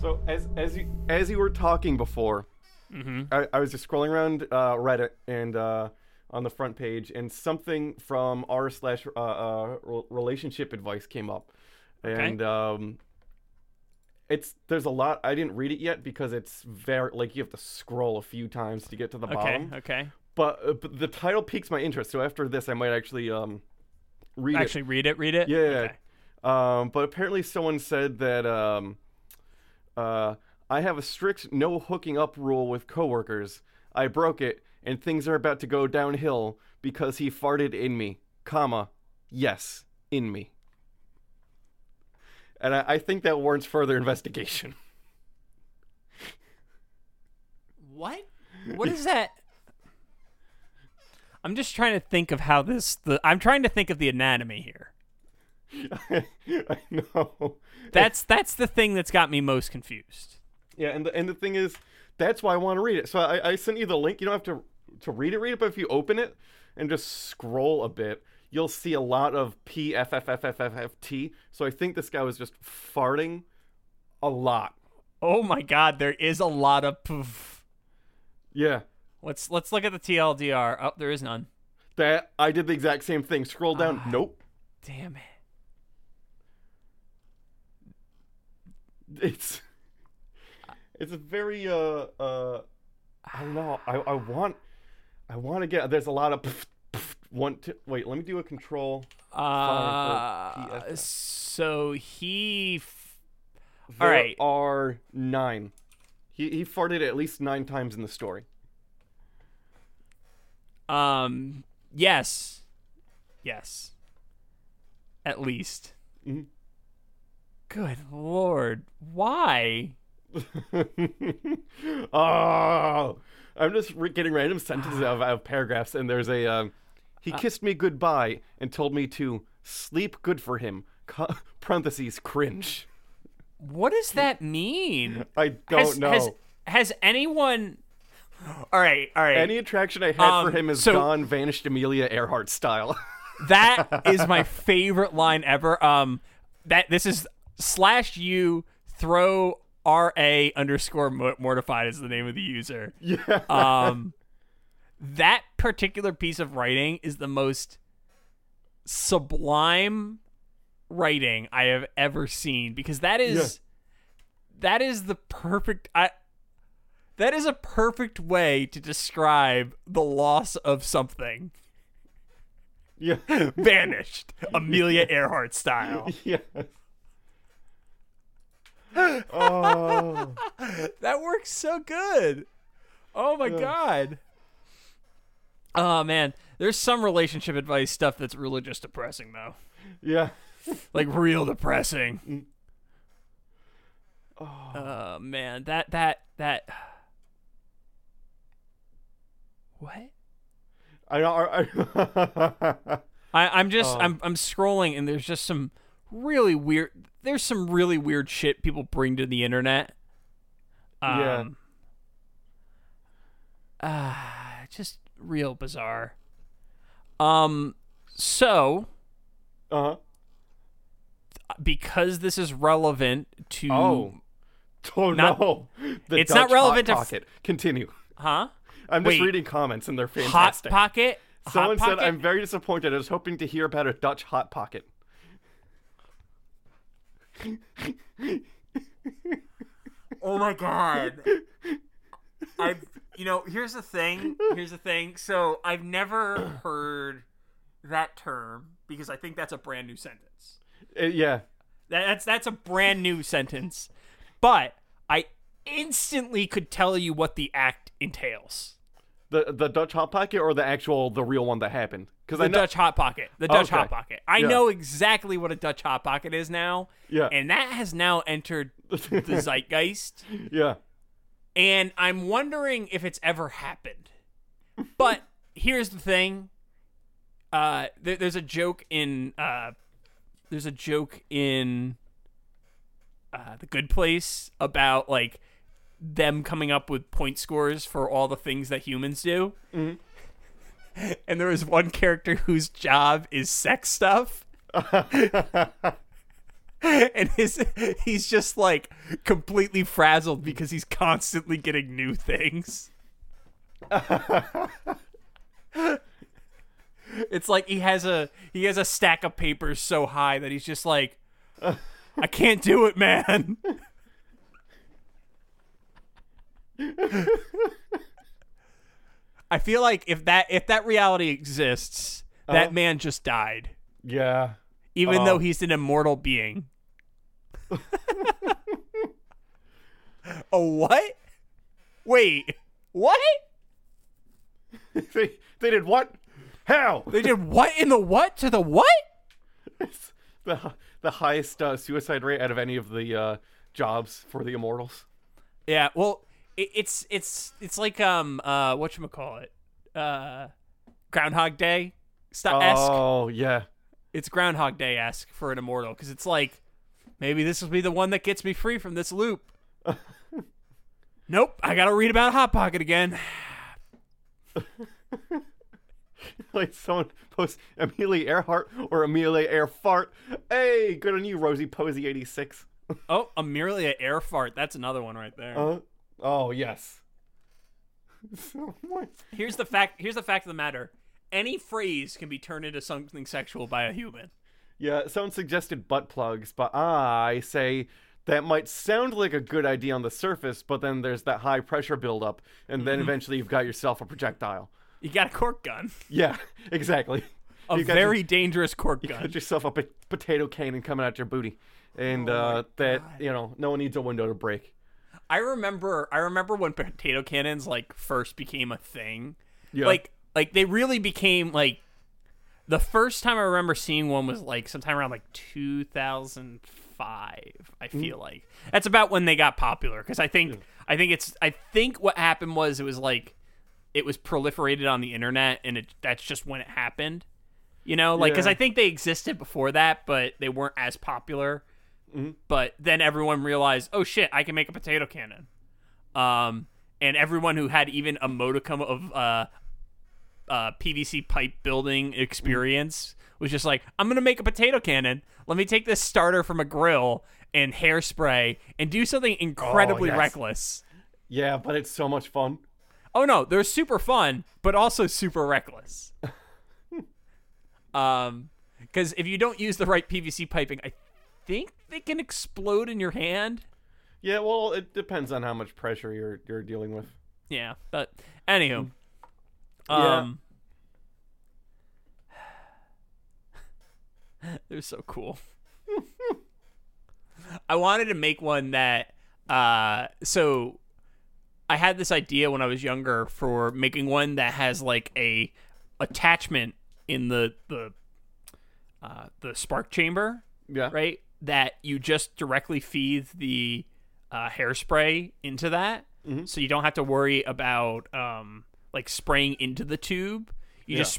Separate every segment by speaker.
Speaker 1: So as as you as you were talking before,
Speaker 2: Mm-hmm.
Speaker 1: I, I was just scrolling around uh, Reddit and uh, on the front page, and something from r slash uh, uh, rel- relationship advice came up, and um, it's there's a lot. I didn't read it yet because it's very like you have to scroll a few times to get to the
Speaker 2: Okay.
Speaker 1: bottom.
Speaker 2: Okay.
Speaker 1: But, uh, but the title piques my interest, so after this, I might actually um, read it.
Speaker 2: Actually, read it. Read it.
Speaker 1: Yeah.
Speaker 2: Okay.
Speaker 1: Um, but apparently, someone said that um, uh, I have a strict no hooking up rule with coworkers. I broke it, and things are about to go downhill because he farted in me, comma, yes, in me. And I, I think that warrants further investigation.
Speaker 2: What?
Speaker 3: What is that?
Speaker 2: I'm just trying to think of how this. The I'm trying to think of the anatomy here.
Speaker 1: I know.
Speaker 2: That's that's the thing that's got me most confused.
Speaker 1: Yeah, and the, and the thing is, that's why I want to read it. So I, I sent you the link. You don't have to to read it, read it. But if you open it and just scroll a bit, you'll see a lot of PFFFFFFT. So I think this guy was just farting a lot.
Speaker 2: Oh my God, there is a lot of poof.
Speaker 1: Yeah,
Speaker 2: Let's let's look at the TLDR. Oh, there is none.
Speaker 1: that I did the exact same thing. Scroll down. Nope.
Speaker 2: Damn it.
Speaker 1: It's it's a very uh uh I don't know. I I want I want to get. There's a lot of pff, pff, one two. Wait, let me do a control. fire for
Speaker 2: Uh,
Speaker 1: PFF.
Speaker 2: so he. F- All
Speaker 1: There
Speaker 2: right.
Speaker 1: are nine. He he farted at least nine times in the story.
Speaker 2: Um. Yes. Yes. At least.
Speaker 1: Mhm.
Speaker 2: Good lord. Why?
Speaker 1: oh, I'm just re- getting random sentences out of, out of paragraphs, and there's a. Um,
Speaker 2: Uh.
Speaker 1: he kissed me goodbye and told me to sleep good for him. Co- parentheses cringe.
Speaker 2: What does that mean?
Speaker 1: I don't
Speaker 2: has,
Speaker 1: know.
Speaker 2: Has, has anyone? All right, all right.
Speaker 1: Any attraction I had
Speaker 2: Um,
Speaker 1: for him is
Speaker 2: so-
Speaker 1: gone, vanished Amelia Earhart style.
Speaker 2: that is my favorite line ever. Um, that this is slash you throw r a underscore mo- mortified is the name of the user.
Speaker 1: yeah.
Speaker 2: Um, that particular piece of writing is the most sublime writing I have ever seen because that is that is the perfect I that is a perfect way to describe the loss of something.
Speaker 1: yeah.
Speaker 2: Vanished, Amelia Earhart style.
Speaker 1: yeah. oh.
Speaker 2: That works so good. Oh my god. Oh man, there's some relationship advice stuff that's really just depressing though.
Speaker 1: Yeah.
Speaker 2: like real depressing. Oh. man, that that that. What?
Speaker 1: I uh-huh. I, I
Speaker 2: I, I'm
Speaker 1: Oh.
Speaker 2: just I'm I'm scrolling and there's just some really weird. There's some really weird shit people bring to the internet. Um,
Speaker 1: Yeah.
Speaker 2: ah, just real bizarre. Um. So.
Speaker 1: uh-huh.
Speaker 2: because this is relevant to
Speaker 1: Oh. Oh
Speaker 2: Not-
Speaker 1: no. The
Speaker 2: it's not
Speaker 1: Dutch
Speaker 2: relevant
Speaker 1: hot
Speaker 2: to f-
Speaker 1: pocket. Continue.
Speaker 2: huh
Speaker 1: I'm just
Speaker 2: Wait.
Speaker 1: reading comments and they're
Speaker 2: hot
Speaker 1: fantastic.
Speaker 2: pocket Hot
Speaker 1: Someone said
Speaker 2: Pocket?
Speaker 1: I'm very disappointed. I was hoping to hear about a Dutch hot pocket.
Speaker 2: oh my god i you know here's the thing here's the thing so i've never heard that term because i think that's a brand new sentence
Speaker 1: Uh, yeah.
Speaker 2: That- that's that's a brand new sentence but i instantly could tell you what the act entails
Speaker 1: The the Dutch hot pocket or the actual the real one that happened. because
Speaker 2: the
Speaker 1: I know Oh,
Speaker 2: Dutch hot pocket. The Dutch
Speaker 1: Okay.
Speaker 2: hot pocket. I
Speaker 1: Yeah.
Speaker 2: know exactly what a Dutch hot pocket is now.
Speaker 1: Yeah.
Speaker 2: And that has now entered the zeitgeist.
Speaker 1: yeah,
Speaker 2: And I'm wondering if it's ever happened. But here's the thing. Uh, there, there's a joke in uh, there's a joke in uh, the Good Place about like them coming up with point scores for all the things that humans do. And there is one character whose job is sex stuff. and his he's just like completely frazzled because he's constantly getting new things. it's like he has a he has a stack of papers so high that he's just like I can't do it, man. I feel like if that if that reality exists,
Speaker 1: Uh-huh.
Speaker 2: that man just died
Speaker 1: yeah.
Speaker 2: even
Speaker 1: Oh.
Speaker 2: though he's an immortal being. a what? Wait, what?
Speaker 1: they they did what? How?
Speaker 2: They did what in the what to the what?
Speaker 1: the hi- the highest uh, suicide rate out of any of the uh, jobs for the immortals.
Speaker 2: Yeah, well, it, it's it's it's like um uh what you call it uh Groundhog Day stop esque.
Speaker 1: Oh yeah,
Speaker 2: It's Groundhog Day esque for an immortal because it's like maybe this will be the one that gets me free from this loop. nope, I gotta read about Hot Pocket again.
Speaker 1: like someone posts Amelia Earhart or Amelia Earfart. Hey, good on you, Rosie Posey eighty six.
Speaker 2: Oh, Amelia air fart. That's another one right there.
Speaker 1: Uh, oh yes. Someone-
Speaker 2: here's the fact. Here's the fact of the matter. Any phrase can be turned into something sexual by a human.
Speaker 1: yeah, someone suggested butt plugs, but I say that might sound like a good idea on the surface, but then there's that high pressure buildup, and
Speaker 2: Mm-hmm.
Speaker 1: then eventually you've got yourself a projectile.
Speaker 2: You got a cork gun,
Speaker 1: Yeah, exactly.
Speaker 2: a
Speaker 1: You've got your-
Speaker 2: very dangerous cork gun.
Speaker 1: Put yourself a po- potato cannon coming out your booty, and
Speaker 2: Oh
Speaker 1: uh, that you know no one needs a window to break.
Speaker 2: I remember. I remember when potato cannons like first became a thing.
Speaker 1: Yeah.
Speaker 2: Like, like they really became like. The first time I remember seeing one was like sometime around like 2005. I
Speaker 1: Mm.
Speaker 2: feel like that's about when they got popular because I think I think it's I think what happened was it was like it was proliferated on the internet and it that's just when it happened. You know, like because
Speaker 1: Yeah.
Speaker 2: I think they existed before that, but they weren't as popular.
Speaker 1: Mm-hmm.
Speaker 2: But then everyone realized, oh shit, I can make a potato cannon. Um, and everyone who had even a modicum of uh, uh, PVC pipe
Speaker 1: Mm-hmm.
Speaker 2: building experience was just like, I'm gonna make a potato cannon. Let me take this starter from a grill and hairspray and do something incredibly
Speaker 1: Oh, yes.
Speaker 2: reckless.
Speaker 1: Yeah, but it's so much fun.
Speaker 2: Oh no, they're super fun, but also super reckless. um, because if you don't use the right PVC piping, I think they can explode in your hand.
Speaker 1: Yeah, well, it depends on how much pressure you're you're dealing with.
Speaker 2: Yeah, but anywho,
Speaker 1: Yeah.
Speaker 2: um, they're so cool. I wanted to make one that, uh, so I had this idea when I was younger for making one that has like a attachment in the the uh, the spark chamber
Speaker 1: Yeah,
Speaker 2: right? That you just directly feed the uh, hairspray into that,
Speaker 1: Mm-hmm.
Speaker 2: so you don't have to worry about um, like spraying into the tube. You
Speaker 1: Yeah.
Speaker 2: just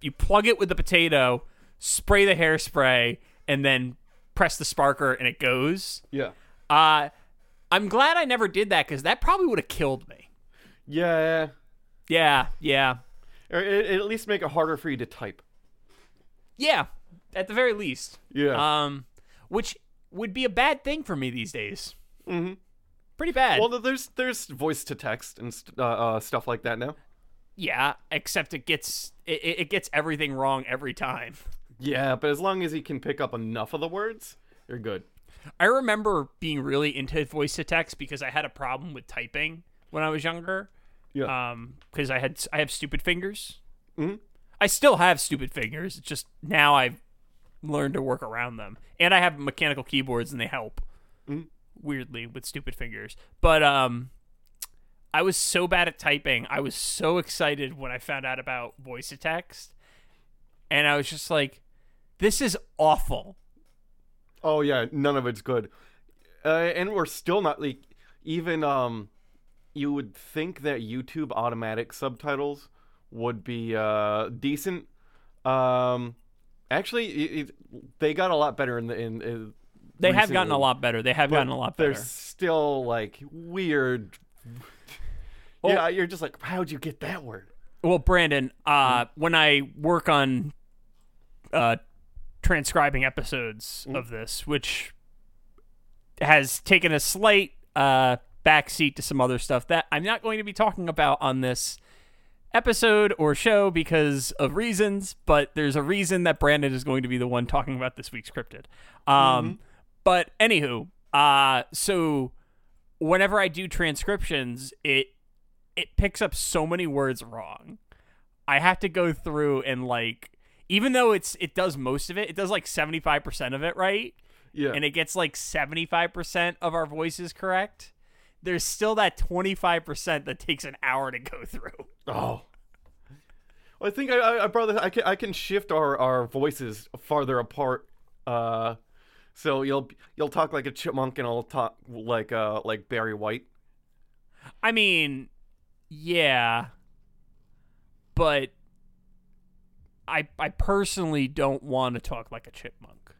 Speaker 2: you plug it with the potato, spray the hairspray, and then press the sparker, and it goes.
Speaker 1: Yeah,
Speaker 2: Uh, I'm glad I never did that because that probably would have killed me.
Speaker 1: yeah.
Speaker 2: Yeah, yeah,
Speaker 1: Or it, it at least make it harder for you to type.
Speaker 2: yeah. At the very least,
Speaker 1: Yeah.
Speaker 2: um, which would be a bad thing for me these days. Mm-hmm. Pretty bad.
Speaker 1: well, there's there's voice to text and st- uh, uh, stuff like that now.
Speaker 2: Yeah, except it gets it, it it gets everything wrong every time.
Speaker 1: Yeah, but as long as you can pick up enough of the words, you're good.
Speaker 2: I remember being really into voice to text because I had a problem with typing when I was younger.
Speaker 1: Yeah.
Speaker 2: Um, because I had I have stupid fingers. I still have stupid fingers. It's just now I've learned to work around them, and I have mechanical keyboards, and they help. Weirdly, with stupid fingers, but um, I was so bad at typing. I was so excited when I found out about voice to text. and I was just like, this is awful.
Speaker 1: Oh yeah, none of it's good, uh, and we're still not like even. Um, you would think that YouTube automatic subtitles would be uh, decent. Um, actually, it, it, they got a lot better in the in. in
Speaker 2: They have gotten a
Speaker 1: recently,
Speaker 2: lot better. They have
Speaker 1: but
Speaker 2: gotten a lot better.
Speaker 1: They're still like weird. yeah, you're just like, how'd you get that word?
Speaker 2: Well, Brandon, uh, when I work on uh, transcribing episodes of this, which has taken a slight uh, backseat to some other stuff that I'm not going to be talking about on this episode or show because of reasons, but there's a reason that Brandon is going to be the one talking about this week's cryptid. Um, But anywho, uh, so whenever I do transcriptions, it it picks up so many words wrong. I have to go through and like even though it's it does most of it, it does like 75% of it right
Speaker 1: Yeah,
Speaker 2: and it gets like 75% of our voices correct. There's still that 25% that takes an hour to go through.
Speaker 1: Oh. Well, I think I, I, I brought this. I can, I can shift our, our voices farther apart. Uh, so you'll you'll talk like a chipmunk, and I'll talk like uh like Barry White.
Speaker 2: I mean, yeah. But I I personally don't want to talk like a chipmunk.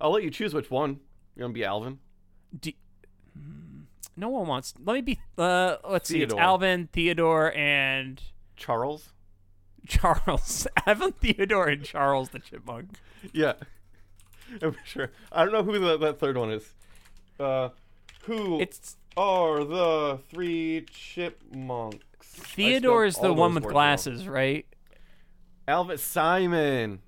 Speaker 1: I'll let you choose which one. You're gonna be Alvin.
Speaker 2: Do, Mm, no one wants. Let me be. Uh, let's see. It's
Speaker 1: Theodore.
Speaker 2: Alvin, Theodore, and
Speaker 1: Charles.
Speaker 2: Charles. Alvin, Theodore, and Charles the chipmunk.
Speaker 1: Yeah, I'm sure. I don't know who the, that third one is. Uh, who
Speaker 2: It's
Speaker 1: are the three chipmunks? I spelled
Speaker 2: Theodore is
Speaker 1: all
Speaker 2: the
Speaker 1: those
Speaker 2: one with
Speaker 1: words wrong.
Speaker 2: glasses, right?
Speaker 1: Alvin Simon.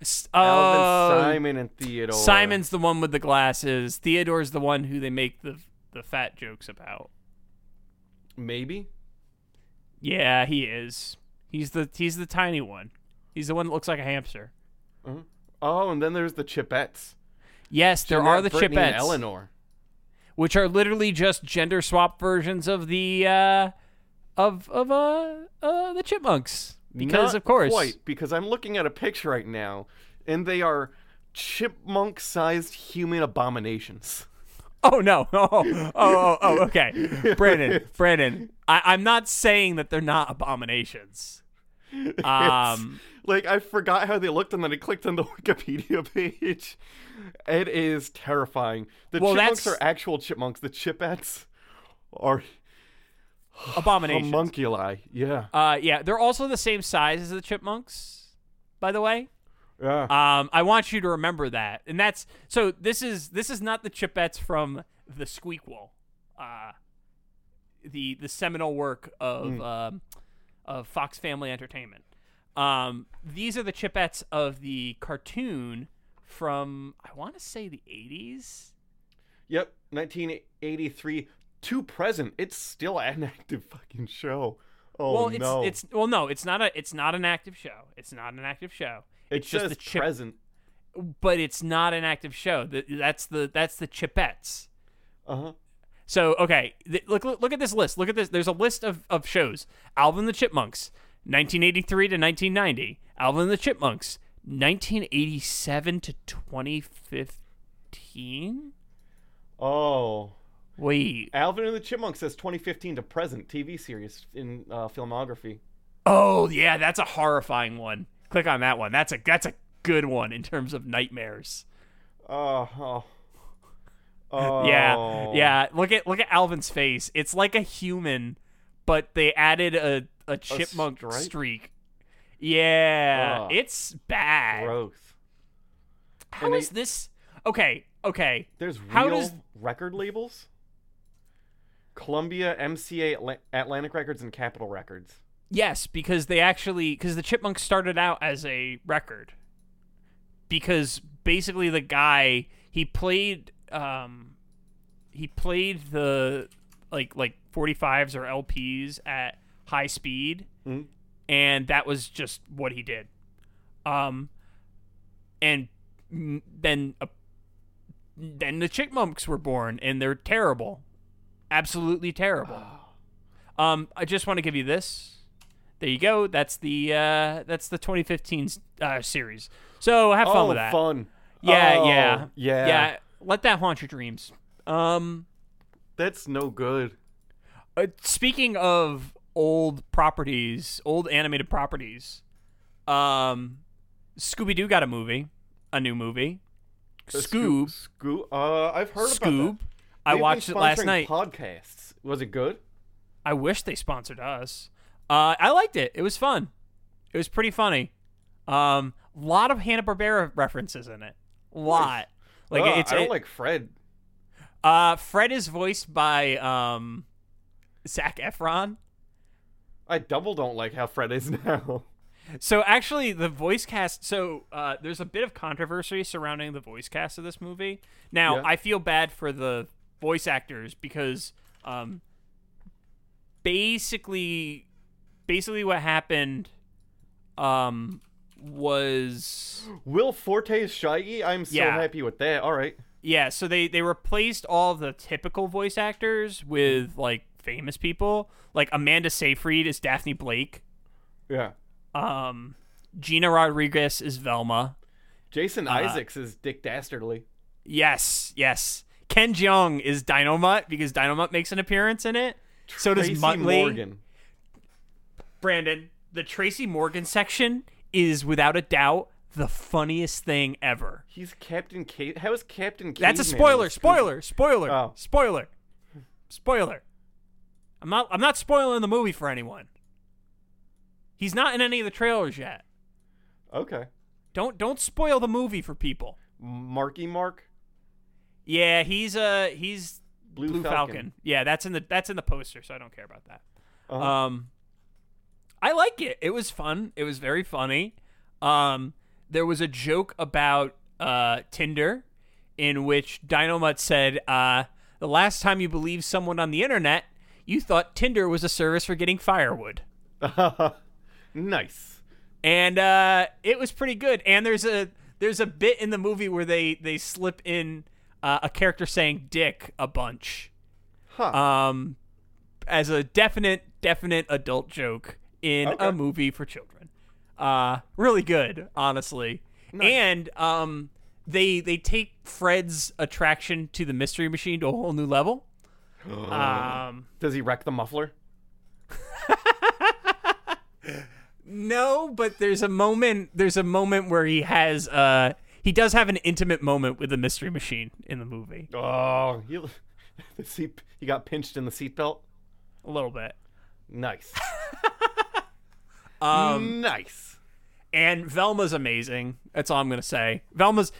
Speaker 2: S-
Speaker 1: Alvin
Speaker 2: oh,
Speaker 1: Simon and Theodore.
Speaker 2: Simon's the one with the glasses. Theodore's the one who they make the the fat jokes about.
Speaker 1: maybe.
Speaker 2: Yeah, he is. He's the he's the tiny one. He's the one that looks like a hamster.
Speaker 1: Oh, and then there's the Chipettes.
Speaker 2: Yes, there
Speaker 1: Jeanette,
Speaker 2: are the
Speaker 1: Brittany,
Speaker 2: chipettes.
Speaker 1: and Eleanor.
Speaker 2: which are literally just gender swap versions of the uh, of of uh, uh the chipmunks because
Speaker 1: Not
Speaker 2: of course
Speaker 1: quite, because I'm looking at a picture right now, and they are chipmunk-sized human abominations.
Speaker 2: oh no oh oh oh, oh okay brandon brandon I, i'm not saying that they're not abominations um
Speaker 1: Like I forgot how they looked, and then I clicked on the Wikipedia page. It is terrifying. The
Speaker 2: Well,
Speaker 1: chipmunks are
Speaker 2: that's-
Speaker 1: actual chipmunks. The chipettes are
Speaker 2: abominations
Speaker 1: homunculi. Yeah,
Speaker 2: uh yeah they're also the same size as the chipmunks by the way
Speaker 1: yeah.
Speaker 2: Um, I want you to remember that, and that's so. This is this is not the Chipettes from the Squeakquel, uh, the the seminal work of
Speaker 1: Hmm.
Speaker 2: um, of Fox Family Entertainment. Um, these are the Chipettes of the cartoon from I want to say the eighties.
Speaker 1: yep. 1983 to present. It's still an active fucking show. Oh
Speaker 2: well, it's
Speaker 1: no!
Speaker 2: it's well, no, it's not a it's not an active show. It's not an active show.
Speaker 1: it
Speaker 2: it's just
Speaker 1: says
Speaker 2: the chip,
Speaker 1: present.
Speaker 2: but it's not an active show. Th- That's the that's the Chipettes.
Speaker 1: Uh huh.
Speaker 2: So okay, th- look, look look at this list. Look at this. There's a list of, of shows. Alvin and the Chipmunks, 1983 to 1990. Alvin and the Chipmunks, 1987 to 2015.
Speaker 1: Oh.
Speaker 2: Wait.
Speaker 1: Alvin and the Chipmunks says 2015 to present TV series in uh, filmography.
Speaker 2: Oh yeah, that's a horrifying one. Click on that one. That's a that's a good one in terms of nightmares.
Speaker 1: Oh, oh. Oh.
Speaker 2: Yeah, yeah. Look at look at Alvin's face. It's like a human, but they added a a chipmunk
Speaker 1: stripe?
Speaker 2: streak. Yeah,
Speaker 1: Ugh.
Speaker 2: it's bad.
Speaker 1: Gross.
Speaker 2: How
Speaker 1: And
Speaker 2: is
Speaker 1: they-
Speaker 2: this? Okay, okay.
Speaker 1: There's
Speaker 2: How
Speaker 1: real
Speaker 2: does-
Speaker 1: record labels. Columbia, MCA, Atla- Atlantic Records, and Capitol Records.
Speaker 2: Yes, because they actually because the Chipmunks started out as a record. Because basically the guy he played um he played the like like 45s or LPs at high speed
Speaker 1: Mhm.
Speaker 2: and that was just what he did. Um and m- then a, then the Chipmunks were born and they're terrible. Absolutely terrible. Um I just want to give you this. There you go. That's the uh, that's the 2015 uh, series. So have fun
Speaker 1: oh,
Speaker 2: with that.
Speaker 1: fun.
Speaker 2: Yeah,
Speaker 1: Oh,
Speaker 2: yeah,
Speaker 1: yeah,
Speaker 2: yeah. Let that haunt your dreams. Um,
Speaker 1: That's no good.
Speaker 2: uh, speaking of old properties, old animated properties, um, Scooby Doo got a movie, a new movie. Scoob,
Speaker 1: Scoob. Uh, I've heard about
Speaker 2: Scoob.
Speaker 1: that.
Speaker 2: I
Speaker 1: They've been
Speaker 2: watched it last
Speaker 1: sponsoring
Speaker 2: night.
Speaker 1: Podcasts. Was it good?
Speaker 2: I wish they sponsored us. Uh, I liked it. It was fun. It was pretty funny. Um, lot of Hanna Barbera references in it. Lot. Like
Speaker 1: Ugh,
Speaker 2: it's
Speaker 1: Ah, I don't
Speaker 2: it-
Speaker 1: like Fred.
Speaker 2: uh, Fred is voiced by um, Zach Efron.
Speaker 1: I double don't like how Fred is now.
Speaker 2: So actually, the voice cast. So uh, there's a bit of controversy surrounding the voice cast of this movie. Now
Speaker 1: Yeah.
Speaker 2: I feel bad for the voice actors because um, basically, basically what happened um, was
Speaker 1: Will Forte's Shaggy. I'm so
Speaker 2: Yeah.
Speaker 1: happy with that. All right.
Speaker 2: yeah. So they they replaced all of the typical voice actors with like famous people. Like Amanda Seyfried is Daphne Blake.
Speaker 1: Yeah.
Speaker 2: Um, Gina Rodriguez is Velma. Uh,
Speaker 1: Jason Isaacs is Dick Dastardly.
Speaker 2: Yes, yes. Ken Jeong is Dynamut because Dynamut makes an appearance in it. So does
Speaker 1: Tracy
Speaker 2: Muttley.
Speaker 1: Morgan.
Speaker 2: Brandon, the Tracy Morgan section is without a doubt the funniest thing ever.
Speaker 1: He's Captain K. How is Captain K?
Speaker 2: That's a spoiler, spoiler, spoiler,
Speaker 1: Oh.
Speaker 2: spoiler, spoiler. I'm not I'm not spoiling the movie for anyone. He's not in any of the trailers yet.
Speaker 1: Okay.
Speaker 2: Don't don't spoil the movie for people.
Speaker 1: Marky Mark.
Speaker 2: Yeah, he's uh he's
Speaker 1: Blue Falcon.
Speaker 2: Yeah, that's in the that's in the poster, so I don't care about that.
Speaker 1: Uh-huh.
Speaker 2: Um, I like it. It was fun. It was very funny. Um, there was a joke about uh, Tinder in which Dynamut said, uh, "The last time you believed someone on the internet, you thought Tinder was a service for getting firewood."
Speaker 1: nice.
Speaker 2: and uh, it was pretty good. And there's a there's a bit in the movie where they they slip in uh, a character saying "dick" a bunch,
Speaker 1: Huh.
Speaker 2: um, as a definite definite adult joke in
Speaker 1: Okay.
Speaker 2: a movie for children. Uh, really good, honestly. And um, they they take Fred's attraction to the mystery machine to a whole new level. um,
Speaker 1: Does he wreck the muffler?
Speaker 2: No, but there's a moment. There's a moment where he has. Uh, he does have an intimate moment with the mystery machine in the movie,
Speaker 1: Oh, he, the seat, he got pinched in the seatbelt.
Speaker 2: a little bit.
Speaker 1: Nice.
Speaker 2: Um,
Speaker 1: nice.
Speaker 2: and Velma's amazing. That's all I'm gonna say. Velma's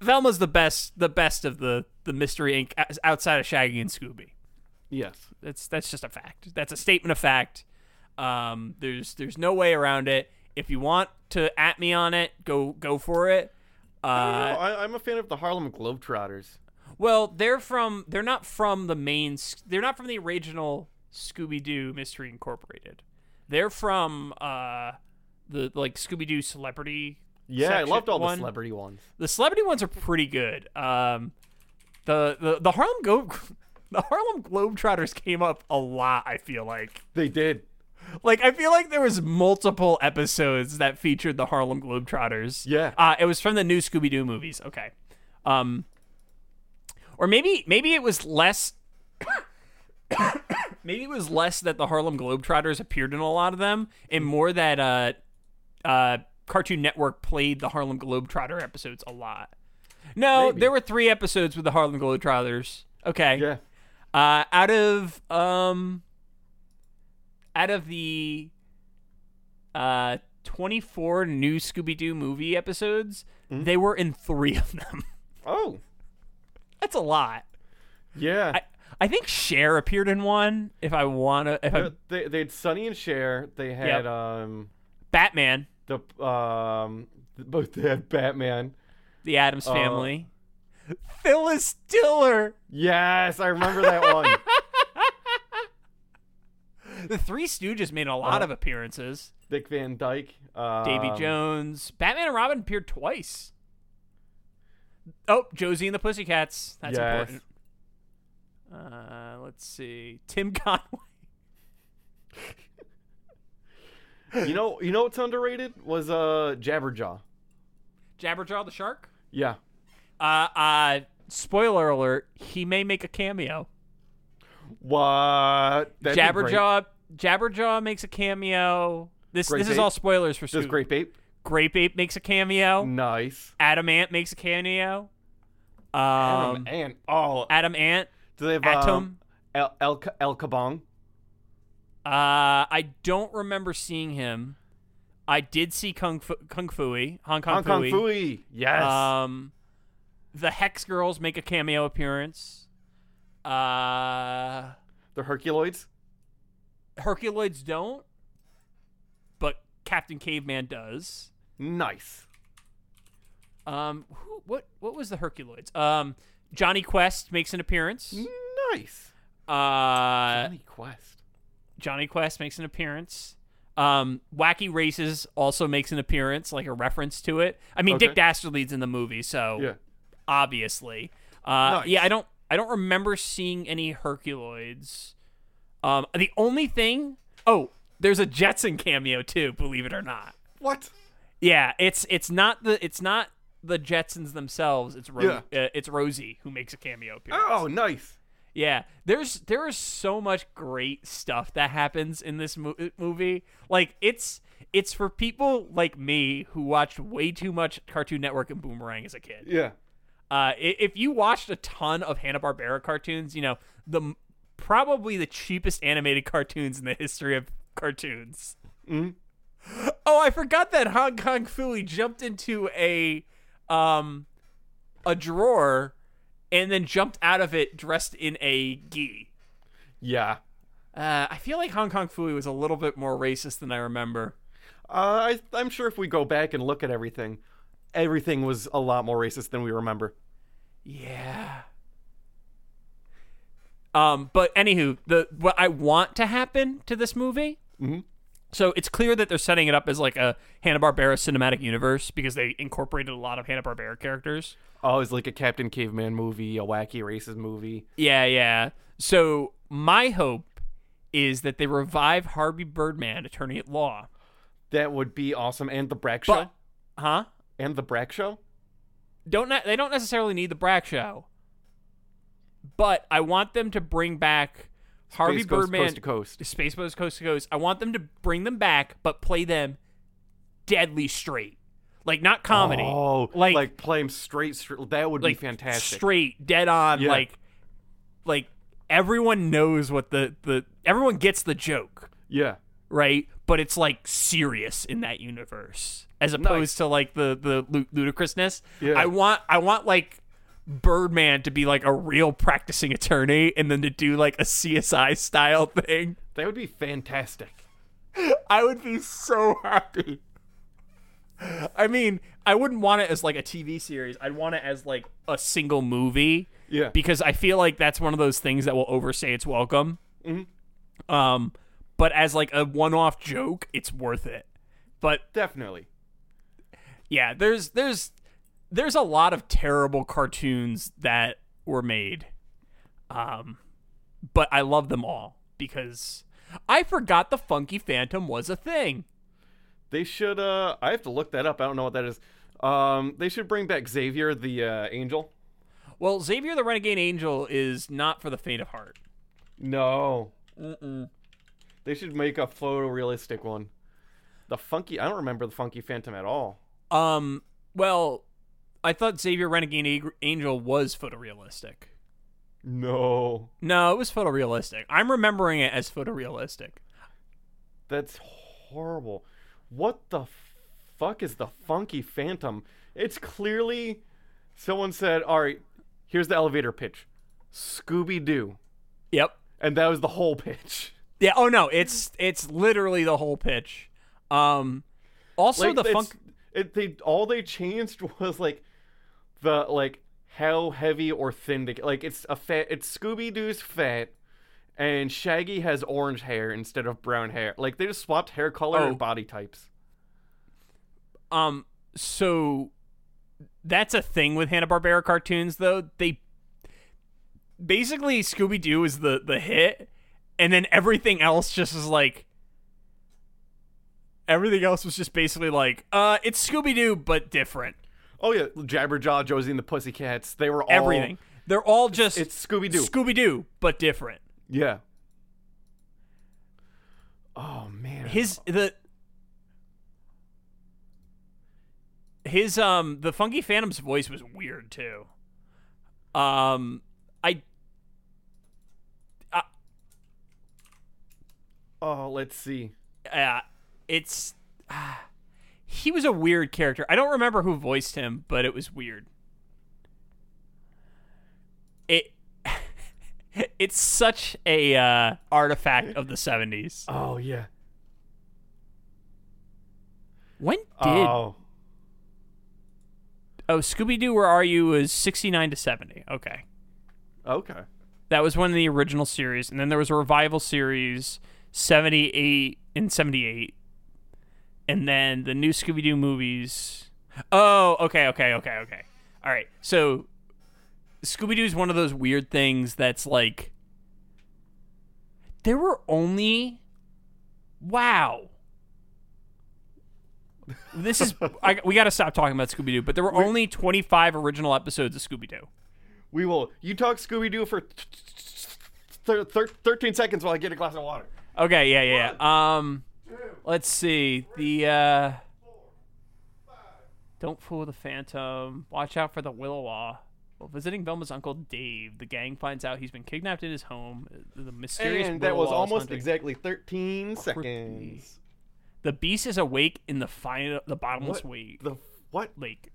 Speaker 2: Velma's the best. The best of the the mystery inc o- outside of Shaggy and Scooby.
Speaker 1: Yes.
Speaker 2: That's that's just a fact. That's a statement of fact. Um, there's there's no way around it. If you want to at me on it, go go for it. Uh,
Speaker 1: No, I, I'm a fan of the Harlem Globetrotters.
Speaker 2: Well, they're from they're not from the main s- they're not from the original Scooby Doo Mystery Incorporated. They're from uh the like Scooby Doo celebrity.
Speaker 1: Yeah,
Speaker 2: section
Speaker 1: I loved all
Speaker 2: one.
Speaker 1: the celebrity ones.
Speaker 2: The celebrity ones are pretty good. Um the the, the Harlem Go the Harlem Globetrotters came up a lot, I feel like.
Speaker 1: They did.
Speaker 2: Like I feel like there was multiple episodes that featured the Harlem Globetrotters.
Speaker 1: Yeah.
Speaker 2: Uh, it was from the new Scooby Doo movies. Okay. Um, or maybe maybe it was less. maybe it was less that the Harlem Globetrotters appeared in a lot of them, and more that uh, uh, Cartoon Network played the Harlem Globetrotter episodes a lot. No,
Speaker 1: Maybe.
Speaker 2: there were three episodes with the Harlem Globetrotters. Okay.
Speaker 1: Yeah.
Speaker 2: Uh, out of um, out of the uh, twenty-four new Scooby-Doo movie episodes, they were in three of them.
Speaker 1: Oh.
Speaker 2: That's a lot.
Speaker 1: Yeah.
Speaker 2: I I think Cher appeared in one. If I wanna, if I
Speaker 1: Uh, they, they had Sonny and Cher. They had
Speaker 2: um, Yep.
Speaker 1: um
Speaker 2: Batman,
Speaker 1: the um both they had Batman.
Speaker 2: the Adams Family, Phyllis Diller,
Speaker 1: Yes, I remember that one.
Speaker 2: the Three Stooges made a lot
Speaker 1: Uh,
Speaker 2: of appearances.
Speaker 1: Dick Van Dyke. Um,
Speaker 2: Davy Jones, Batman and Robin appeared twice. Oh, Josie and the Pussycats. That's
Speaker 1: Yes.
Speaker 2: important. Uh, let's see. Tim Conway.
Speaker 1: You know, you know what's underrated was uh Jabberjaw.
Speaker 2: Jabberjaw the shark.
Speaker 1: Yeah.
Speaker 2: Uh, uh, spoiler alert: he may make a cameo.
Speaker 1: What? That'd be great.
Speaker 2: Jabberjaw. Jabberjaw makes a cameo. This
Speaker 1: Grape
Speaker 2: this is
Speaker 1: Ape?
Speaker 2: all spoilers for
Speaker 1: Does
Speaker 2: Scoop.
Speaker 1: Grape Ape?
Speaker 2: Grape Ape makes a cameo.
Speaker 1: Mm. Nice.
Speaker 2: Adam Ant makes a cameo. Um,
Speaker 1: Um, and oh,
Speaker 2: Adam Ant.
Speaker 1: do they have
Speaker 2: Atom.
Speaker 1: um, El El Ca- El Kabong?
Speaker 2: Uh, I don't remember seeing him. I did see Kung Fu, Kung Fui, Hong Kong
Speaker 1: Hong Kong
Speaker 2: Fui.
Speaker 1: Fui. Yes.
Speaker 2: Um, the Hex Girls make a cameo appearance. Uh,
Speaker 1: the Herculoids.
Speaker 2: Herculoids don't, but Captain Caveman does.
Speaker 1: Nice.
Speaker 2: Um, who, what what was the Herculoids? Um, Johnny Quest makes an appearance.
Speaker 1: Nice.
Speaker 2: Uh,
Speaker 1: Mm. Johnny Quest.
Speaker 2: Johnny Quest makes an appearance. Um, Wacky Races also makes an appearance, like a reference to it. I mean, Dick
Speaker 1: Okay.
Speaker 2: Dastardly's in the movie, so
Speaker 1: Yeah.
Speaker 2: obviously. Uh,
Speaker 1: Nice.
Speaker 2: Yeah, I don't, I don't remember seeing any Herculoids. Um, the only thing, oh, there's a Jetson cameo too. Believe it or not.
Speaker 1: What?
Speaker 2: Yeah, it's it's not the it's not the Jetsons themselves. It's Ro- uh, it's Rosie who makes a cameo appearance.
Speaker 1: Oh, nice.
Speaker 2: Yeah, there's there is so much great stuff that happens in this mo- uh, movie. Like it's it's for people like me who watched way too much Cartoon Network and Boomerang as a kid.
Speaker 1: Yeah.
Speaker 2: Uh, i- if you watched a ton of Hanna Barbera cartoons, you know the m- probably the cheapest animated cartoons in the history of cartoons. Oh, I forgot that Hong Kong Fooey jumped into a um a drawer and then jumped out of it dressed in a gi.
Speaker 1: Yeah.
Speaker 2: Uh, I feel like Hong Kong Fooey was a little bit more racist than I remember.
Speaker 1: Uh, I, I'm sure if we go back and look at everything, everything was a lot more racist than we remember.
Speaker 2: Yeah. Um, but anywho, the what I want to happen to this movie. So it's clear that they're setting it up as like a Hanna Barbera cinematic universe because they incorporated a lot of Hanna Barbera characters.
Speaker 1: Oh, it's like a Captain Caveman movie, a wacky racist movie.
Speaker 2: Yeah, yeah. So my hope is that they revive Harvey Birdman, attorney at law.
Speaker 1: That would be awesome. And the Brack Show.
Speaker 2: But huh?
Speaker 1: and the Brack Show.
Speaker 2: don't ne- they don't necessarily need the Brack show, but I want them to bring back Harvey
Speaker 1: Coast,
Speaker 2: Birdman,
Speaker 1: Coast to Coast.
Speaker 2: Space Coast, Coast to Coast. I want them to bring them back, but play them deadly straight, like not comedy,
Speaker 1: Oh,
Speaker 2: like
Speaker 1: like, like play him straight. Str- that would
Speaker 2: like
Speaker 1: be fantastic.
Speaker 2: straight, dead on,
Speaker 1: Yeah.
Speaker 2: like like everyone knows what the the everyone gets the joke,
Speaker 1: Yeah.
Speaker 2: right? But it's like serious in that universe, as opposed to like the the lu- ludicrousness.
Speaker 1: Yeah.
Speaker 2: I want I want like Birdman to be like a real practicing attorney, and then to do like a CSI style thing.
Speaker 1: That would be fantastic.
Speaker 2: I would be so happy. I mean, I wouldn't want it as like a TV series. I'd want it as like a single movie.
Speaker 1: Yeah.
Speaker 2: Because I feel like that's one of those things that will overstay its welcome. Um, but as like a one-off joke, it's worth it. But
Speaker 1: Definitely.
Speaker 2: yeah, there's there's there's a lot of terrible cartoons that were made. Um but I love them all because I forgot the Funky Phantom was a thing.
Speaker 1: They should. uh I have to look that up. I don't know what that is. Um, they should bring back Xavier the uh, Angel.
Speaker 2: Well, Xavier the Renegade Angel is not for the faint of heart.
Speaker 1: No. Mm-mm. They should make a photorealistic one. The funky. I don't remember the funky phantom at all.
Speaker 2: Um well, I thought Xavier Renegade Ag- Angel was photorealistic.
Speaker 1: No.
Speaker 2: No, it was photorealistic. I'm remembering it as photorealistic.
Speaker 1: That's horrible. What the fuck is the funky phantom? It's clearly someone said, "All right, here's the elevator pitch. Scooby Doo."
Speaker 2: Yep.
Speaker 1: And that was the whole pitch.
Speaker 2: Yeah. Oh no, it's it's literally the whole pitch. Um, also
Speaker 1: Like,
Speaker 2: the
Speaker 1: it's-
Speaker 2: funk.
Speaker 1: it, they all they changed was like the like how heavy or thin to like it's a fat it's Scooby Doo's fat and Shaggy has orange hair instead of brown hair. Like they just swapped hair color
Speaker 2: Oh.
Speaker 1: and body types.
Speaker 2: Um, so that's a thing with Hanna Barbera cartoons, though they basically Scooby Doo is the the hit, and then everything else just is like Everything else was just basically like, uh, it's Scooby Doo but different.
Speaker 1: Oh yeah, Jabberjaw, Josie and the Pussycats. They were all
Speaker 2: Everything. They're all just
Speaker 1: it's Scooby-Doo.
Speaker 2: Scooby Doo but different.
Speaker 1: Yeah. Oh man.
Speaker 2: His the his um the funky phantom's voice was weird too. Um, I
Speaker 1: Oh, let's see.
Speaker 2: uh, it's ah, he was a weird character. I don't remember who voiced him, but it was weird. It it's such a uh, artifact of the seventies.
Speaker 1: Oh yeah.
Speaker 2: When did oh,
Speaker 1: Oh.
Speaker 2: Scooby Doo Where Are You was sixty nine to seventy? Okay,
Speaker 1: Okay.
Speaker 2: that was when the original series, and then there was a revival series seventy eight and seventy eight, and then the new Scooby Doo movies. Oh, okay, okay, okay, okay. All right, so Scooby Doo is one of those weird things that's like there were only wow. This is I, we got to stop talking about Scooby Doo, but there were only 25 original episodes of Scooby Doo.
Speaker 1: We will. You talk Scooby Doo for th- th- thir- 13 seconds while I get a glass of water.
Speaker 2: Okay, yeah, yeah, yeah. Um, let's see. The uh, don't fool the phantom. Watch out for the Willowa. While visiting Velma's uncle Dave, the gang finds out he's been kidnapped at his home. The mysterious
Speaker 1: And that was
Speaker 2: Willowa is
Speaker 1: almost
Speaker 2: hunting-
Speaker 1: exactly 13 seconds.
Speaker 2: The beast is awake in the final, the bottomless wake.
Speaker 1: The what?
Speaker 2: lake.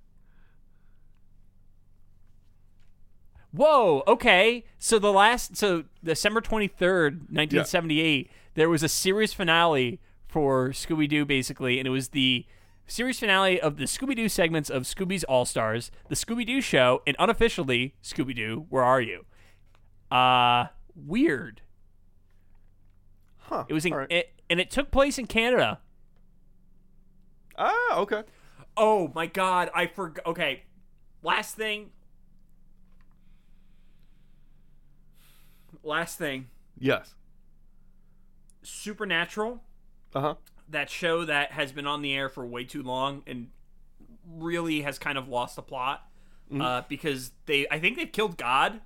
Speaker 2: Whoa, okay. So the last so December 23rd, 1978, there was a series finale for Scooby Doo basically, and it was the series finale of the Scooby Doo segments of Scooby's All Stars, the Scooby Doo show, and unofficially Scooby Doo, Where Are You? Uh weird.
Speaker 1: Huh.
Speaker 2: It was in,
Speaker 1: All right.
Speaker 2: it, and it took place in Canada.
Speaker 1: ah, okay.
Speaker 2: Oh my god, I forgot. Okay, last thing. Last thing,
Speaker 1: Yes.
Speaker 2: Supernatural,
Speaker 1: Uh huh.
Speaker 2: that show that has been on the air for way too long and really has kind of lost the plot
Speaker 1: Mm-hmm.
Speaker 2: uh, because they, I think they've killed God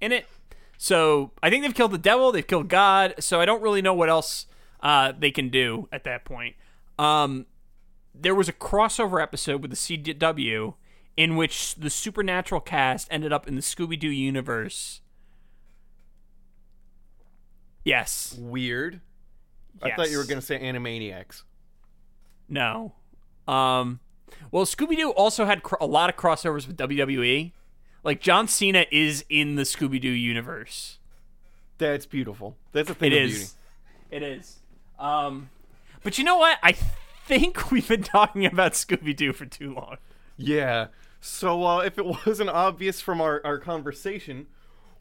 Speaker 2: in it. So I think they've killed the devil, they've killed God. So I don't really know what else uh, they can do at that point. Um, there was a crossover episode with the CW in which the supernatural cast ended up in the Scooby Doo universe. Yes.
Speaker 1: Weird. I thought you were going to say Animaniacs.
Speaker 2: No. Um. Well, Scooby Doo also had cr- a lot of crossovers with WWE. Like John Cena is in the Scooby Doo universe.
Speaker 1: That's beautiful. That's a thing
Speaker 2: It
Speaker 1: of
Speaker 2: is. It is. Um. But you know what? I think we've been talking about Scooby Doo for too long.
Speaker 1: beauty. Yeah. So, uh, if it wasn't obvious from our, our conversation,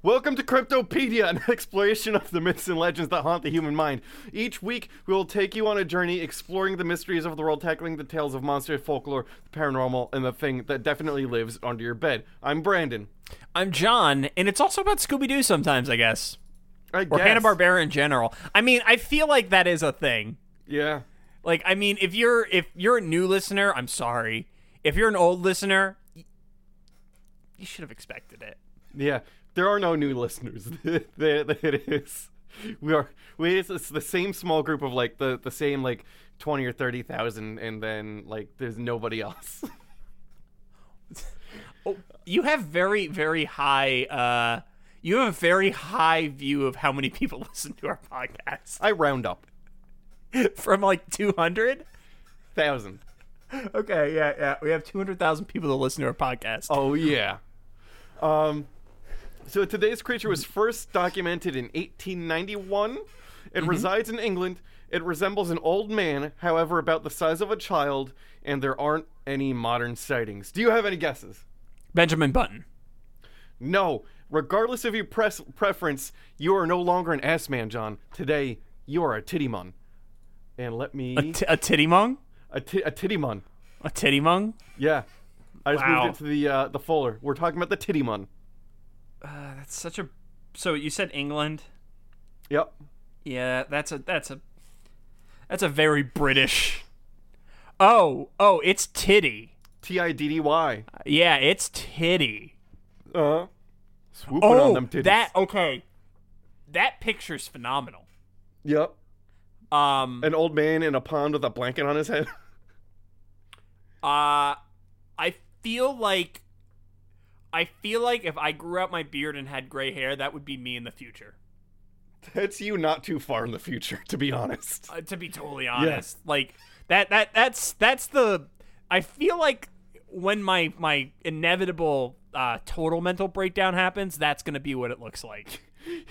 Speaker 1: welcome to Cryptopedia, an exploration of the myths and legends that haunt the human mind. Each week, we will take you on a journey exploring the mysteries of the world, tackling the tales of monsters, folklore, the paranormal, and the thing that definitely lives under your bed. I'm Brandon.
Speaker 2: I'm John, and it's also about Scooby Doo sometimes, I guess,
Speaker 1: I
Speaker 2: or
Speaker 1: guess.
Speaker 2: Hanna Barbera in general. I mean, I feel like that is a thing.
Speaker 1: Yeah.
Speaker 2: Like, I mean, if you're if you're a new listener, I'm sorry. If you're an old listener, y- you should have expected it.
Speaker 1: Yeah, there are no new listeners. there, there it is. We are we it's, it's the same small group of like the the same like twenty or thirty thousand, and then like there's nobody else.
Speaker 2: Oh, You have very very high. uh You have a very high view of how many people listen to our podcast
Speaker 1: I round up
Speaker 2: from like 200.
Speaker 1: thousand.
Speaker 2: Okay, yeah, yeah. We have 200,000 people that listen to our podcast.
Speaker 1: Oh yeah. Um, so today's creature was first documented in 1891. It resides in England. It resembles an old man, however, about the size of a child, and there aren't any modern sightings. Do you have any guesses?
Speaker 2: Benjamin Button.
Speaker 1: No. Regardless of your press preference, you are no longer an ass man, John. Today, you are a titty mon. And let me
Speaker 2: A, t- a titty mong?
Speaker 1: a, ti- a titty mon.
Speaker 2: A titty mong?
Speaker 1: Yeah, I just
Speaker 2: Wow.
Speaker 1: moved it to the uh, the fuller. We're talking about the titty mon.
Speaker 2: Uh, That's such a. So you said England?
Speaker 1: Yep.
Speaker 2: Yeah, that's a that's a That's a very British. Oh, oh, it's titty.
Speaker 1: T I D D Y.
Speaker 2: Yeah, it's titty.
Speaker 1: Uh huh. Swooping
Speaker 2: Uh-huh. Oh,
Speaker 1: on them titties.
Speaker 2: that okay. That picture's phenomenal.
Speaker 1: Yep.
Speaker 2: Um,
Speaker 1: An old man in a pond with a blanket on his head.
Speaker 2: Uh I feel like I feel like if I grew out my beard and had gray hair, that would be me in the future.
Speaker 1: That's you not too far in the future, to be honest.
Speaker 2: Uh, to be totally honest, like that that that's that's the I feel like when my my inevitable uh, total mental breakdown happens, that's gonna be what it looks like.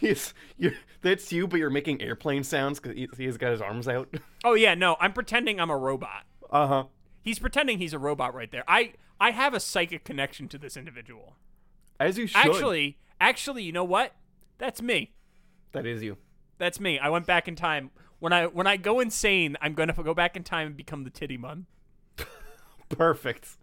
Speaker 1: Yes, you're, that's you, but you're making airplane sounds because he, he's got his arms out.
Speaker 2: Oh yeah, no, I'm pretending I'm a robot.
Speaker 1: Uh
Speaker 2: Uh-huh.
Speaker 1: huh.
Speaker 2: He's pretending he's a robot right there. I I have a psychic connection to this individual.
Speaker 1: As you should.
Speaker 2: Actually, actually, you know what? That's me.
Speaker 1: that is you.
Speaker 2: That's me. I went back in time. When I when I go insane, I'm gonna go back in time and become the titty mun.
Speaker 1: Perfect.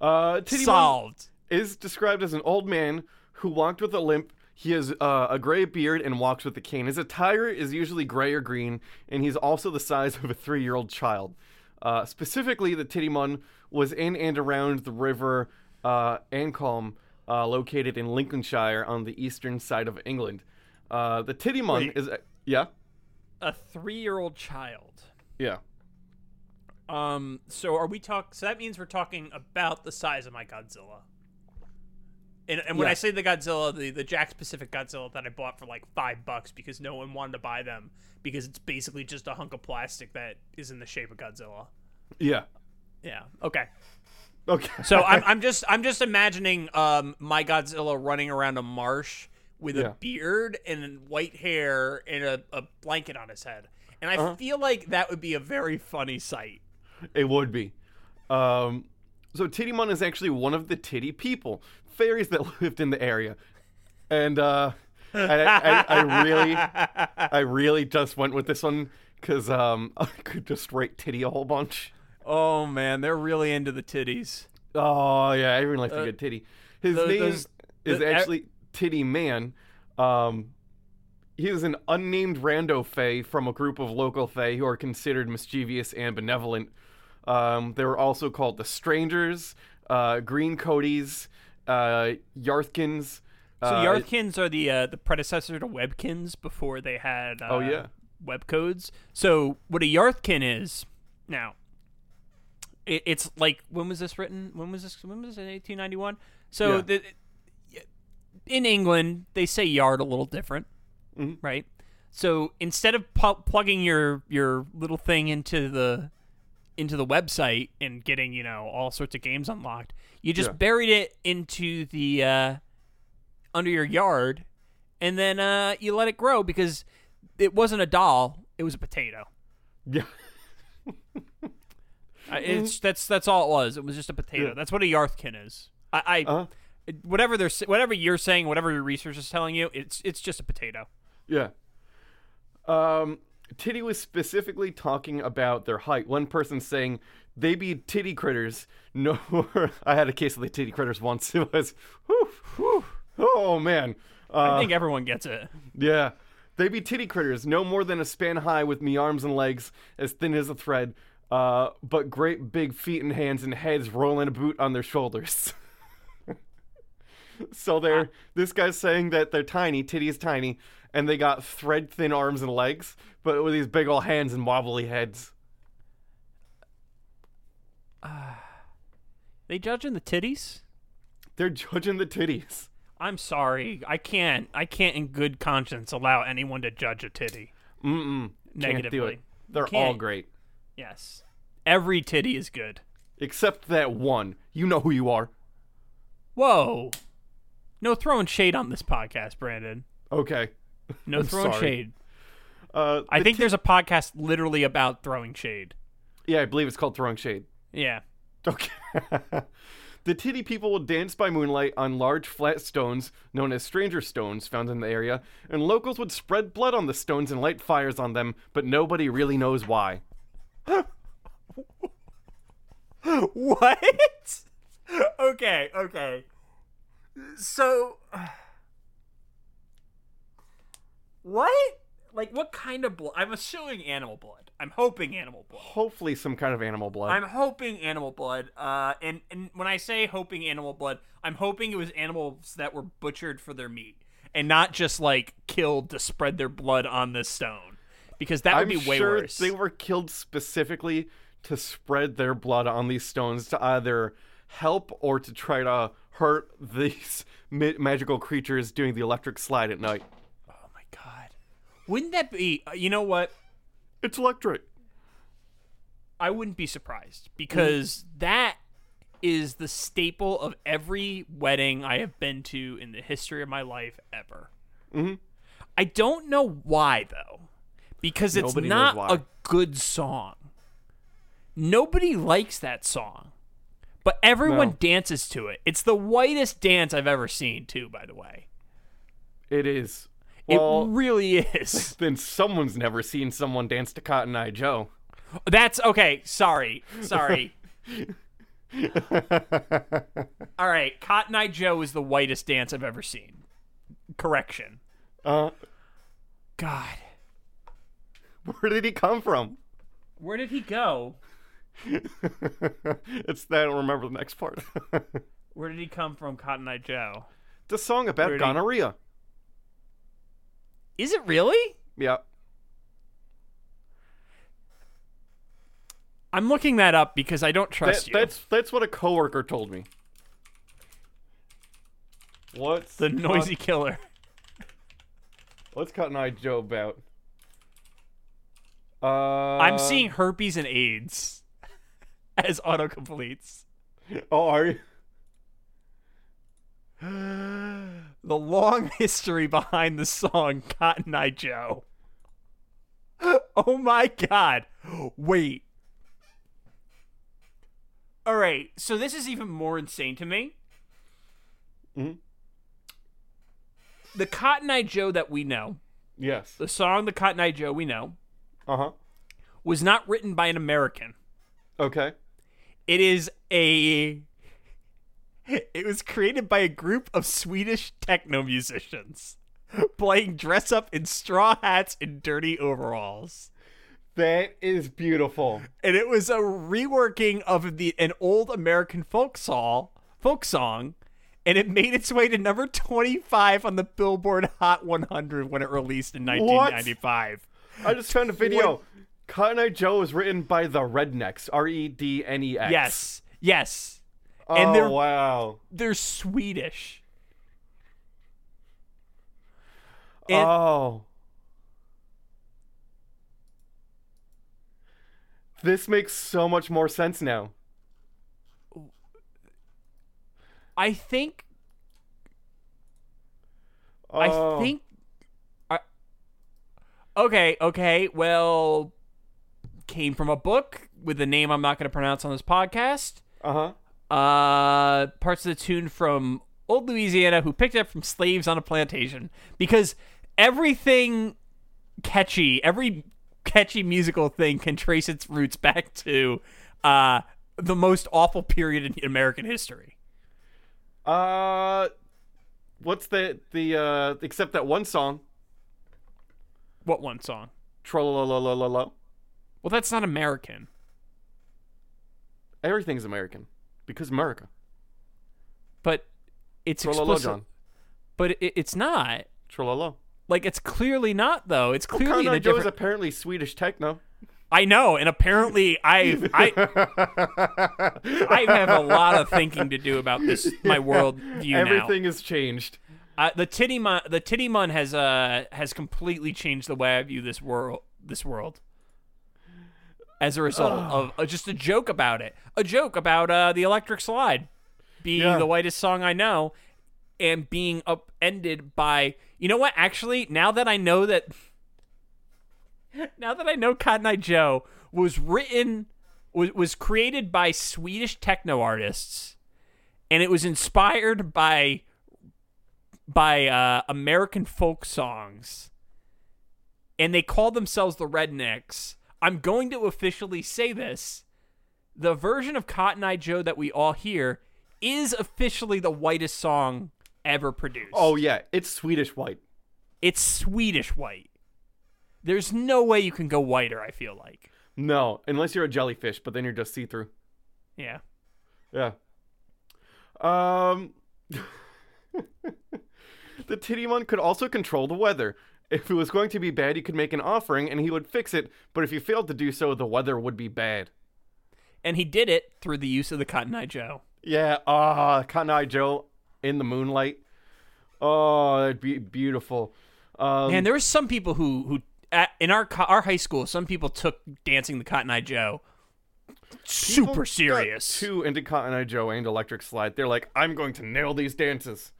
Speaker 1: Uh, Titty Mom
Speaker 2: Solved.
Speaker 1: is described as an old man who walked with a limp. He has uh, a gray beard and walks with a cane. His attire is usually gray or green, and he's also the size of a three-year-old child. Uh, specifically, the Tittymun was in and around the river uh, Ancombe, uh, located in Lincolnshire on the eastern side of England. Uh, the Tittymun
Speaker 2: Wait.
Speaker 1: is, yeah,
Speaker 2: A three year old child.
Speaker 1: yeah.
Speaker 2: Um. So are we talk? So that means we're talking about the size of my Godzilla. And, and when I
Speaker 1: Yeah.
Speaker 2: say the Godzilla, the, the Jack Pacific Godzilla that I bought for like five bucks because no one wanted to buy them because it's basically just a hunk of plastic that is in the shape of Godzilla.
Speaker 1: Yeah.
Speaker 2: Yeah. Okay.
Speaker 1: Okay.
Speaker 2: So I'm, I'm just I'm just imagining um, my Godzilla running around a marsh with
Speaker 1: Yeah.
Speaker 2: a beard and white hair and a, a blanket on his head, and I feel like that would be a very funny sight.
Speaker 1: It would be. Um, so Tittymon is actually one of the titty people, fairies that lived in the area, and uh, I, I, I really, I really just went with this one because um, I could just write titty a whole bunch.
Speaker 2: Oh man, they're really into the titties.
Speaker 1: Oh yeah, everyone likes a good titty. His
Speaker 2: tho-
Speaker 1: name
Speaker 2: those-
Speaker 1: is
Speaker 2: Uh, the- e-
Speaker 1: actually Titty Man. Um, he is an unnamed rando fae from a group of local fae who are considered mischievous and benevolent. Um, they were also called the Strangers, uh, Green Cody's, uh, Yarthkins.
Speaker 2: So
Speaker 1: uh,
Speaker 2: Yarthkins are the uh, the predecessor to Webkins before they had uh,
Speaker 1: Oh, yeah.
Speaker 2: web codes. So what a Yarthkin is now, it, it's like when was this written? When was this? When was it? Eighteen ninety one. So
Speaker 1: Yeah.
Speaker 2: the, in England they say yard a little different,
Speaker 1: Mm-hmm.
Speaker 2: right? So instead of pu- plugging your your little thing into the into the website and getting you know all sorts of games unlocked, you just
Speaker 1: Yeah.
Speaker 2: buried it into the uh, under your yard, and then uh, you let it grow because it wasn't a doll; it was a potato.
Speaker 1: Yeah.
Speaker 2: I- It's that's that's all it was. It was just a potato.
Speaker 1: Mm-hmm. Yeah.
Speaker 2: That's what a Yarthkin is. I, I
Speaker 1: Uh-huh.
Speaker 2: whatever they're s- whatever you're saying, whatever your research is telling you, it's it's just a potato.
Speaker 1: Yeah. Um, Titty was specifically talking about their height. One person saying they be titty critters. No, I had a case of the titty critters once. It was, whew, whew, oh man.
Speaker 2: I
Speaker 1: Uh,
Speaker 2: think everyone gets it.
Speaker 1: yeah. They be titty critters, no more than a span high with me arms and legs as thin as a thread, uh, but great big feet and hands and heads rolling a boot on their shoulders. so they're
Speaker 2: Ah.
Speaker 1: this guy's saying that they're tiny, titty is tiny, and they got thread thin arms and legs, but with these big old hands and wobbly heads.
Speaker 2: They judging the titties.
Speaker 1: They're judging the titties.
Speaker 2: I'm sorry. I can't. I can't, in good conscience, allow anyone to judge a titty
Speaker 1: Mm-mm. Can't do
Speaker 2: negatively.
Speaker 1: it. They're all
Speaker 2: can't.
Speaker 1: great.
Speaker 2: Yes, every titty is good.
Speaker 1: Except that one. You know who you are.
Speaker 2: Whoa! No throwing shade on this podcast, Brandon.
Speaker 1: Okay.
Speaker 2: No
Speaker 1: I'm
Speaker 2: throwing
Speaker 1: sorry.
Speaker 2: shade.
Speaker 1: Uh,
Speaker 2: I
Speaker 1: the
Speaker 2: think
Speaker 1: ti-
Speaker 2: there's a podcast literally about throwing shade.
Speaker 1: Yeah, I believe it's called Throwing Shade.
Speaker 2: Yeah.
Speaker 1: Okay. the titty people will dance by moonlight on large flat stones known as stranger stones found in the area, and locals would spread blood on the stones and light fires on them, but nobody really knows why.
Speaker 2: What? okay, okay. So what? like what kind of blood? I'm assuming animal blood. I'm hoping animal blood.
Speaker 1: Hopefully, some kind of animal blood.
Speaker 2: I'm hoping animal blood. Uh, and and when I say hoping animal blood, I'm hoping it was animals that were butchered for their meat and not just like killed to spread their blood on this stone, because that would
Speaker 1: I'm
Speaker 2: be way
Speaker 1: sure
Speaker 2: worse.
Speaker 1: they were killed specifically to spread their blood on these stones to either help or to try to hurt these ma- magical creatures doing the electric slide at night.
Speaker 2: oh my god, wouldn't that be? uh, You know what?
Speaker 1: It's electric.
Speaker 2: I wouldn't be surprised because that is the staple of every wedding I have been to in the history of my life ever. Mm-hmm. I don't know why though, because it's
Speaker 1: Nobody knows
Speaker 2: not
Speaker 1: why.
Speaker 2: a good song. Nobody likes that song, but everyone
Speaker 1: No.
Speaker 2: dances to it. It's the whitest dance I've ever seen, too. By the way,
Speaker 1: It is. Well,
Speaker 2: it really is.
Speaker 1: then someone's never seen someone dance to Cotton Eye Joe.
Speaker 2: That's okay. Sorry, sorry. All right, Cotton Eye Joe is the whitest dance I've ever seen. Correction.
Speaker 1: uh,
Speaker 2: God,
Speaker 1: where did he come from?
Speaker 2: where did he go?
Speaker 1: it's that I don't remember the next part. it's
Speaker 2: Where did he come from, Cotton Eye Joe?
Speaker 1: a song about
Speaker 2: Where did he-
Speaker 1: gonorrhea.
Speaker 2: Is it really?
Speaker 1: Yeah.
Speaker 2: I'm looking that up because I don't
Speaker 1: That,
Speaker 2: trust you.
Speaker 1: that's that's what a coworker told me. What's
Speaker 2: the noisy killer.
Speaker 1: Let's cut an eye Joe about. Uh,
Speaker 2: I'm seeing herpes and AIDS as autocompletes.
Speaker 1: Oh, are you?
Speaker 2: The long history behind the song Cotton Eye Joe. Oh my god. Wait. All right. So this is even more insane to me.
Speaker 1: Mhm.
Speaker 2: The Cotton Eye Joe that we know,
Speaker 1: Yes.
Speaker 2: the song The Cotton Eye Joe we know,
Speaker 1: Uh huh.
Speaker 2: was not written by an American.
Speaker 1: Okay.
Speaker 2: It is a. It was created by a group of Swedish techno musicians playing dress up in straw hats and dirty overalls.
Speaker 1: That is beautiful.
Speaker 2: And it was a reworking of the an old American folk song, folk song, and it made its way to number 25 on the Billboard Hot 100 when it released in 1995.
Speaker 1: I just found a video. Cotton Eye Joe is written by the Rednecks. R E D N E X.
Speaker 2: Yes. Yes.
Speaker 1: Oh,
Speaker 2: and they're-
Speaker 1: wow.
Speaker 2: They're Swedish. And-
Speaker 1: oh. This makes so much more sense now.
Speaker 2: I think
Speaker 1: Oh.
Speaker 2: I think. I, okay, okay. Well, came from a book with a name I'm not going to pronounce on this podcast.
Speaker 1: Uh huh.
Speaker 2: Uh, parts of the tune from Old Louisiana, who picked it up from slaves on a plantation, because everything catchy, every catchy musical thing can trace its roots back to uh, the most awful period in American history.
Speaker 1: Uh, what's the the uh? Except that one song,
Speaker 2: What one song?
Speaker 1: Trollololololo.
Speaker 2: Well, that's not American.
Speaker 1: Everything's American because America.
Speaker 2: but it's
Speaker 1: Trollolo,
Speaker 2: explicit.
Speaker 1: John.
Speaker 2: But it, it's not.
Speaker 1: Trollolo.
Speaker 2: Like it's clearly not though. It's clearly in
Speaker 1: Connor
Speaker 2: a
Speaker 1: Joe is
Speaker 2: different.
Speaker 1: apparently Swedish techno.
Speaker 2: I know, and apparently I I I have a lot of thinking to do about this. My world view
Speaker 1: Everything has changed.
Speaker 2: now. Uh, the titty mun, the titty mun has uh has completely changed the way I view this world. This world. As a result of uh, just a joke about it, a joke about uh, the electric slide being
Speaker 1: Yeah.
Speaker 2: the whitest song I know, and being upended by you know what actually now that i know that now that i know cotton eye joe was written was, was created by swedish techno artists and it was inspired by by uh, american folk songs and they called themselves the rednecks i'm going to officially say this the version of cotton eye joe that we all hear is officially the whitest song ever produced
Speaker 1: Oh yeah, it's Swedish white.
Speaker 2: it's Swedish white. There's no way you can go whiter. I feel like.
Speaker 1: No, unless you're a jellyfish, but then you're just see through.
Speaker 2: Yeah.
Speaker 1: Yeah. Um, the Tittymon could also control the weather. If it was going to be bad, you could make an offering and he would fix it, but if you failed to do so, the weather would be bad.
Speaker 2: And he did it through the use of the Cotton Eye Joe.
Speaker 1: Yeah, ah, Cotton Eye Joe in the moonlight. Oh, that'd be beautiful. Um,
Speaker 2: Man, there were some people who who at, in our co- our high school, some people took dancing the Cotton Eye Joe
Speaker 1: people
Speaker 2: super
Speaker 1: got
Speaker 2: serious.
Speaker 1: Too into Cotton Eye Joe and Electric Slide. They're like, I'm going to nail these dances.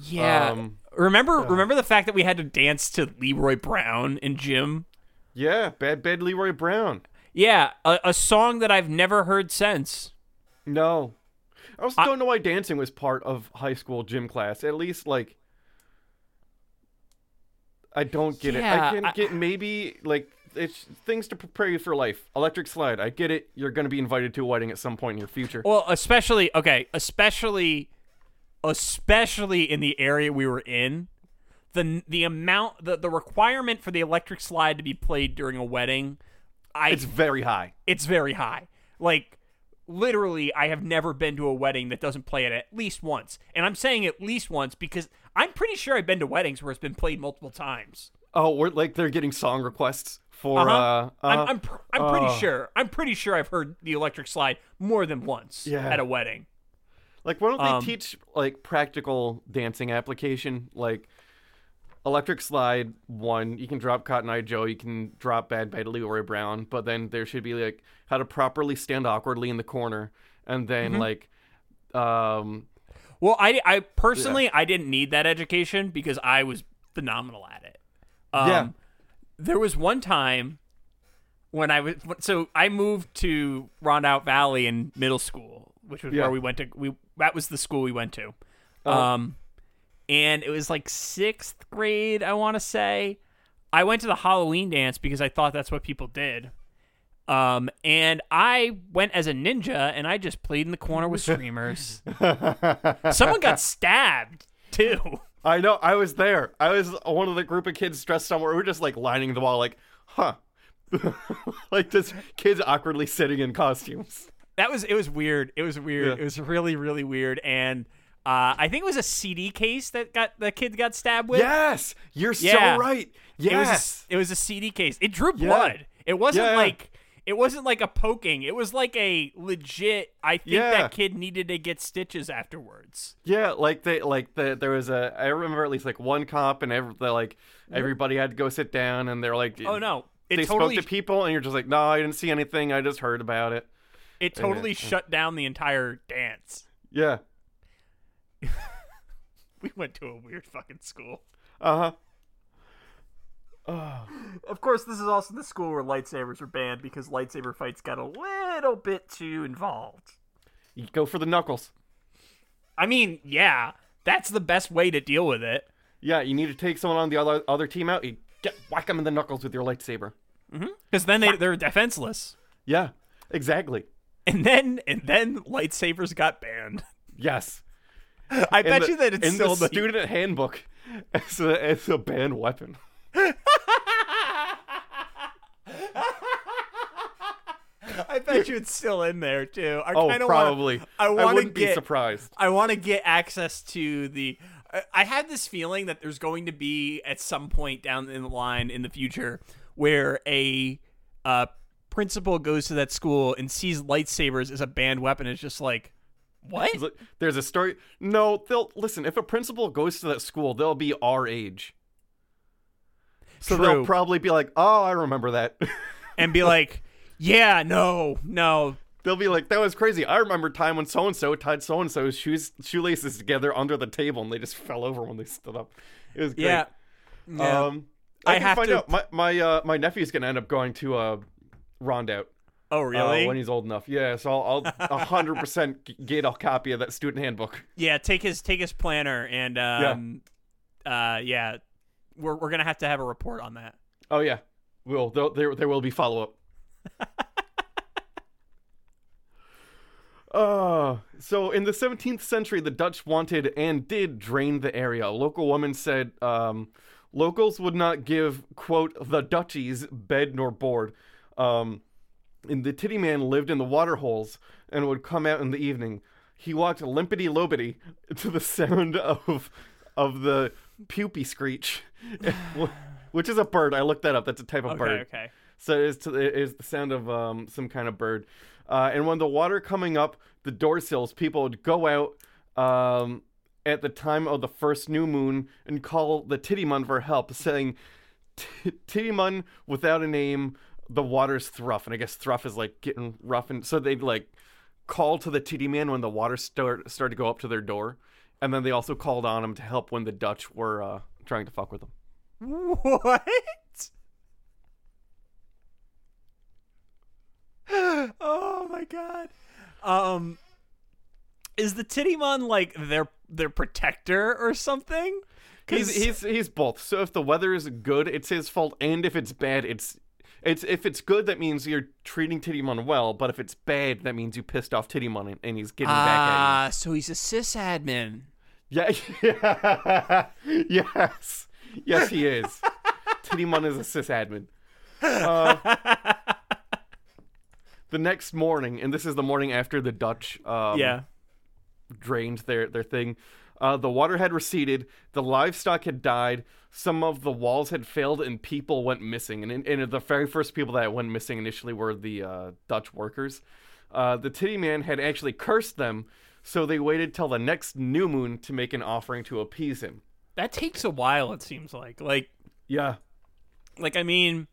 Speaker 2: yeah.
Speaker 1: um,
Speaker 2: remember remember the fact that we had to dance to Leroy Brown and Jim.
Speaker 1: Yeah, bad, bad Leroy Brown.
Speaker 2: Yeah, a, a song that I've never heard since.
Speaker 1: No. I also don't know why dancing was part of high school gym class. At least, like, I don't get
Speaker 2: Yeah,
Speaker 1: it. I can
Speaker 2: I-
Speaker 1: get maybe, like, it's things to prepare you for life. Electric slide. I get it. You're going to be invited to a wedding at some point in your future.
Speaker 2: Well, especially okay, especially especially in the area we were in, the the amount the, the requirement for the electric slide to be played during a wedding, I
Speaker 1: it's very high.
Speaker 2: it's very high. Like literally I have never been to a wedding that doesn't play it at least once. And I'm saying at least once because I'm pretty sure I've been to weddings where it's been played multiple times.
Speaker 1: Oh, we're like they're getting song requests for.
Speaker 2: Uh-huh.
Speaker 1: uh
Speaker 2: I'm
Speaker 1: uh,
Speaker 2: I'm, pr- I'm pretty
Speaker 1: uh.
Speaker 2: sure. I'm pretty sure I've heard the electric slide more than once
Speaker 1: Yeah.
Speaker 2: at a wedding.
Speaker 1: Like, why don't they
Speaker 2: Um,
Speaker 1: teach like practical dancing application? Like, Electric Slide one, you can drop Cotton Eye Joe, you can drop Bad Bad Leroy Brown, but then there should be like how to properly stand awkwardly in the corner, and then
Speaker 2: Mm-hmm.
Speaker 1: like, um,
Speaker 2: Well, I, I personally I didn't need that education because I was phenomenal at it. Um,
Speaker 1: Yeah.
Speaker 2: There was one time when I was so I moved to Rondout Valley in middle school, which was
Speaker 1: Yeah.
Speaker 2: where we went to. We that was the school we went to. Um, and it was like sixth grade, I want to say. I went to the Halloween dance because I thought that's what people did. Um, and I went as a ninja and I just played in the corner with screamers. Someone got stabbed too.
Speaker 1: I know I was there. I was one of the group of kids dressed somewhere. We were just like lining the wall, like, huh, like just kids awkwardly sitting in costumes.
Speaker 2: That was it was weird. It was weird.
Speaker 1: Yeah.
Speaker 2: It was really really weird and uh, I think it was a CD case that got the kid got stabbed with.
Speaker 1: Yes, you're
Speaker 2: Yeah.
Speaker 1: so right.
Speaker 2: It was a,
Speaker 1: Yes,
Speaker 2: s- it was a CD case. It drew blood. It wasn't
Speaker 1: Yeah, yeah.
Speaker 2: like it wasn't like a poking. It was like a legit I think
Speaker 1: Yeah.
Speaker 2: that kid needed to get stitches afterwards.
Speaker 1: Yeah, like they like the there was a I remember at least like one cop and every they like everybody had to go sit down and they're like
Speaker 2: Oh no. It
Speaker 1: they
Speaker 2: totally
Speaker 1: spoke to people and you're just like no I didn't see anything I just heard about it
Speaker 2: it totally shut down the entire dance.
Speaker 1: yeah
Speaker 2: We went to a weird fucking school.
Speaker 1: uh huh
Speaker 2: Of course, this is also the school where lightsabers are banned because lightsaber fights got a little bit too involved.
Speaker 1: you go for the knuckles
Speaker 2: I mean, yeah, that's the best way to deal with it.
Speaker 1: yeah you need to take someone on the other other team out you get whack them in the knuckles with your lightsaber
Speaker 2: Because then they, they're defenseless.
Speaker 1: yeah exactly
Speaker 2: And then and then lightsabers got banned.
Speaker 1: yes
Speaker 2: I
Speaker 1: In
Speaker 2: bet
Speaker 1: the-
Speaker 2: you that it's
Speaker 1: in
Speaker 2: still
Speaker 1: the
Speaker 2: the
Speaker 1: student handbook as a as a banned weapon
Speaker 2: I bet you it's still in there too. I
Speaker 1: oh
Speaker 2: kinda wanna-
Speaker 1: probably
Speaker 2: I
Speaker 1: I
Speaker 2: want to
Speaker 1: wouldn't
Speaker 2: get
Speaker 1: be surprised
Speaker 2: I want to get access to the. I- I have this feeling that there's going to be at some point down in the line in the future where a uh, principal goes to that school and sees lightsabers as a banned weapon. It's just like, what?
Speaker 1: It's like, There's a story. No, they'll listen. If a principal goes to that school, they'll be our age, so they'll
Speaker 2: True.
Speaker 1: probably be like, "Oh, I remember that."
Speaker 2: and be like, yeah, no, no,
Speaker 1: they'll be like, "That was crazy. I remember time when so and so tied so and so's shoes shoelaces together under the table, and they just fell over when they stood up." It was great.
Speaker 2: yeah. yeah.
Speaker 1: Um, I,
Speaker 2: I
Speaker 1: can
Speaker 2: have
Speaker 1: find
Speaker 2: to-
Speaker 1: out. My my uh, my nephew's gonna end up going to uh, Rondout.
Speaker 2: oh,
Speaker 1: uh,
Speaker 2: really?
Speaker 1: when he's old enough, yeah. So I'll, I'll a hundred percent g- get a copy of that student handbook.
Speaker 2: yeah, take his take his planner and um, yeah, uh, yeah, we're we're gonna have to have a report on that.
Speaker 1: Oh yeah, will there there, there will be follow up. Uh, so in the 17th century, the Dutch wanted and did drain the area. A local woman said, um, Locals would not give, quote, the Dutchies bed nor board. Um, and the titty man lived in the water holes and would come out in the evening. He walked limpity lobity to the sound of of the pupy screech, which is a bird. I looked that up. That's a type of
Speaker 2: Okay,
Speaker 1: bird.
Speaker 2: okay.
Speaker 1: So it is, to, it is the sound of um, some kind of bird. Uh, and when the water coming up the door sills, people would go out um, at the time of the first new moon and call the Tittymun for help, saying, "T- Tittymun without a name, the water's thruff. And I guess thruff is like getting rough. And so they'd like call to the Titty Man when the water start, started to go up to their door. And then they also called on him to help when the Dutch were uh, trying to fuck with them.
Speaker 2: What? oh my god. Um is the Tittymon like their their protector or something?
Speaker 1: He's he's he's both. So if the weather is good, it's his fault, and if it's bad, it's it's if it's good, that means you're treating Tittymon well. But if it's bad, that means you pissed off Tittymon and, and he's getting back
Speaker 2: Ah, so he's a sysadmin.
Speaker 1: at you. Yeah, yes, yes, he is. Tittymon is a sysadmin. Uh, the next morning, and this is the morning after the Dutch. Um,
Speaker 2: yeah.
Speaker 1: drained their their thing. Uh, the water had receded. The livestock had died. Some of the walls had failed, and people went missing. And, and the very first people that went missing initially were the uh, Dutch workers. Uh, the Titty Man had actually cursed them, so they waited till the next new moon to make an offering to appease him.
Speaker 2: That takes a while it seems like. Like
Speaker 1: Yeah,
Speaker 2: like I mean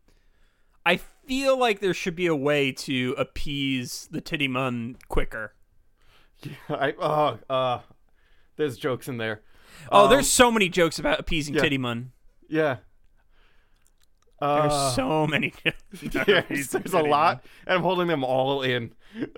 Speaker 2: I feel like there should be a way to appease the Tittymon quicker.
Speaker 1: I oh uh, there's jokes in there.
Speaker 2: Oh, there's so many jokes about appeasing
Speaker 1: yeah.
Speaker 2: Tittymon.
Speaker 1: Yeah. Uh,
Speaker 2: There's so many jokes. about
Speaker 1: Yeah,
Speaker 2: appeasing
Speaker 1: there's a
Speaker 2: Tittymon.
Speaker 1: lot, and I'm holding them all in.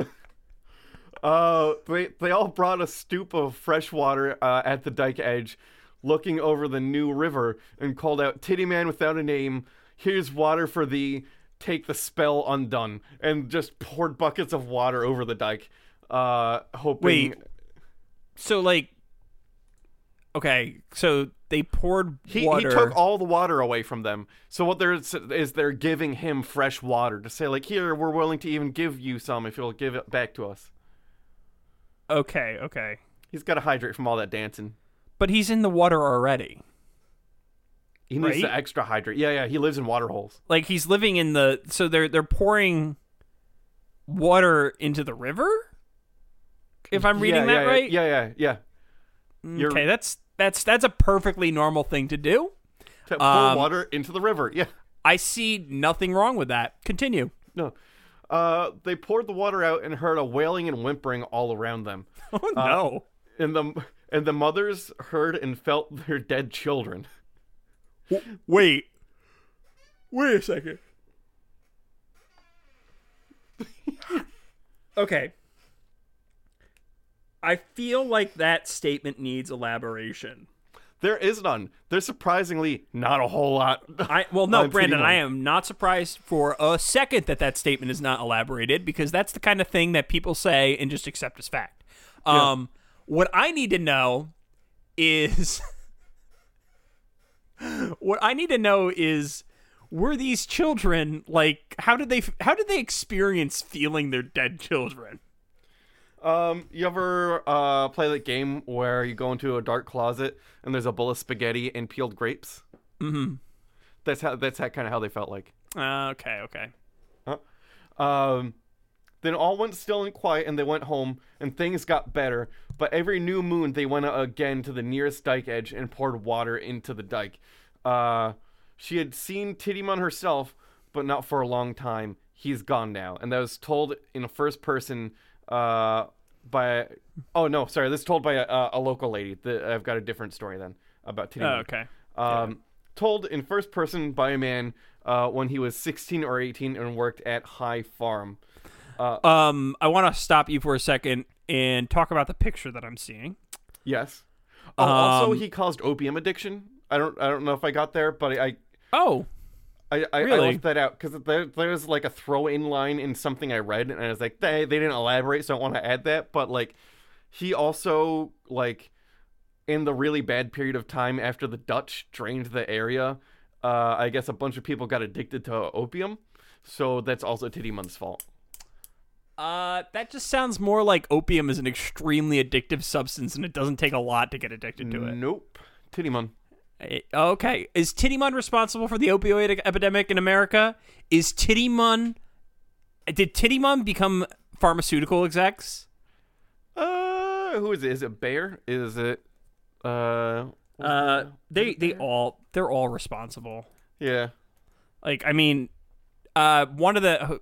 Speaker 1: uh, they they all brought a stoop of fresh water uh, at the dike edge, looking over the new river, and called out, "Titty man without a name, here's water for thee. Take the spell undone," and just poured buckets of water over the dike, uh, hoping.
Speaker 2: Wait. So like Okay, so they poured
Speaker 1: He, he
Speaker 2: water.
Speaker 1: took all the water away from them. So what they're s- is they're giving him fresh water to say like, here we're willing to even give you some if you'll give it back to us.
Speaker 2: Okay, okay.
Speaker 1: He's got to hydrate from all that dancing.
Speaker 2: But he's in the water already.
Speaker 1: He needs
Speaker 2: Right?
Speaker 1: to extra hydrate. Yeah, yeah. He lives in water holes.
Speaker 2: Like he's living in the so they're they're pouring water into the river? If I'm reading
Speaker 1: yeah,
Speaker 2: that
Speaker 1: yeah,
Speaker 2: right?
Speaker 1: Yeah, yeah, yeah. You're
Speaker 2: Okay, that's that's that's a perfectly normal thing to do.
Speaker 1: to pour
Speaker 2: um,
Speaker 1: water into the river. Yeah.
Speaker 2: I see nothing wrong with that. Continue.
Speaker 1: No. Uh, they poured the water out and heard a wailing and whimpering all around them.
Speaker 2: Oh
Speaker 1: Uh,
Speaker 2: no.
Speaker 1: And the and the mothers heard and felt their dead children.
Speaker 2: Wait. Wait a second. okay. I feel like that statement needs elaboration.
Speaker 1: There is none. There's surprisingly not a whole lot.
Speaker 2: I well no,
Speaker 1: on
Speaker 2: Brandon,
Speaker 1: CD1.
Speaker 2: I am not surprised for a second that that statement is not elaborated because that's the kind of thing that people say and just accept as fact. Um what I need to know is what I need to know is were these children like how did they how did they experience feeling their dead children?
Speaker 1: Um, you ever uh play that game where you go into a dark closet and there's a bowl of spaghetti and peeled grapes? Mm-hmm. That's how. That's how kind of how they felt like.
Speaker 2: Uh, okay, okay.
Speaker 1: Um, then all went still and quiet, and they went home, and things got better. But every new moon, they went out again to the nearest dike edge and poured water into the dike. Uh, she had seen Tittymon herself, but not for a long time. He's gone now, and that was told in a first person. Uh, by oh no, sorry, this is told by a- a, a local lady. The, I've got a different story then about Tittymon.
Speaker 2: Oh, okay.
Speaker 1: Um, Told in first person by a man uh, when he was 16 or 18 and worked at High Farm.
Speaker 2: Um I want to stop you for a second and talk about the picture that I'm seeing.
Speaker 1: Yes. Oh, also,
Speaker 2: Um,
Speaker 1: he caused opium addiction. I don't. I don't know if I got there, but I.
Speaker 2: Oh,
Speaker 1: I, I, I
Speaker 2: Really?
Speaker 1: left that out because there, there's like a throw-in line in something I read, and I was like, they, they didn't elaborate, so I don't want to add that. But like, he also like in the really bad period of time after the Dutch drained the area, uh, I guess a bunch of people got addicted to opium. So that's also Tidiman's fault.
Speaker 2: Uh, that just sounds more like opium is an extremely addictive substance, and it doesn't take a lot to get addicted to it.
Speaker 1: Nope. Tidiman.
Speaker 2: It- okay, is Tittymon responsible for the opioid e- epidemic in America? Is Tittymon? Did Tittymon become pharmaceutical execs?
Speaker 1: Uh, who is it? Is it Bear? Is it? Uh,
Speaker 2: Uh, they they all they're all responsible.
Speaker 1: yeah.
Speaker 2: Like, I mean, uh, one of the,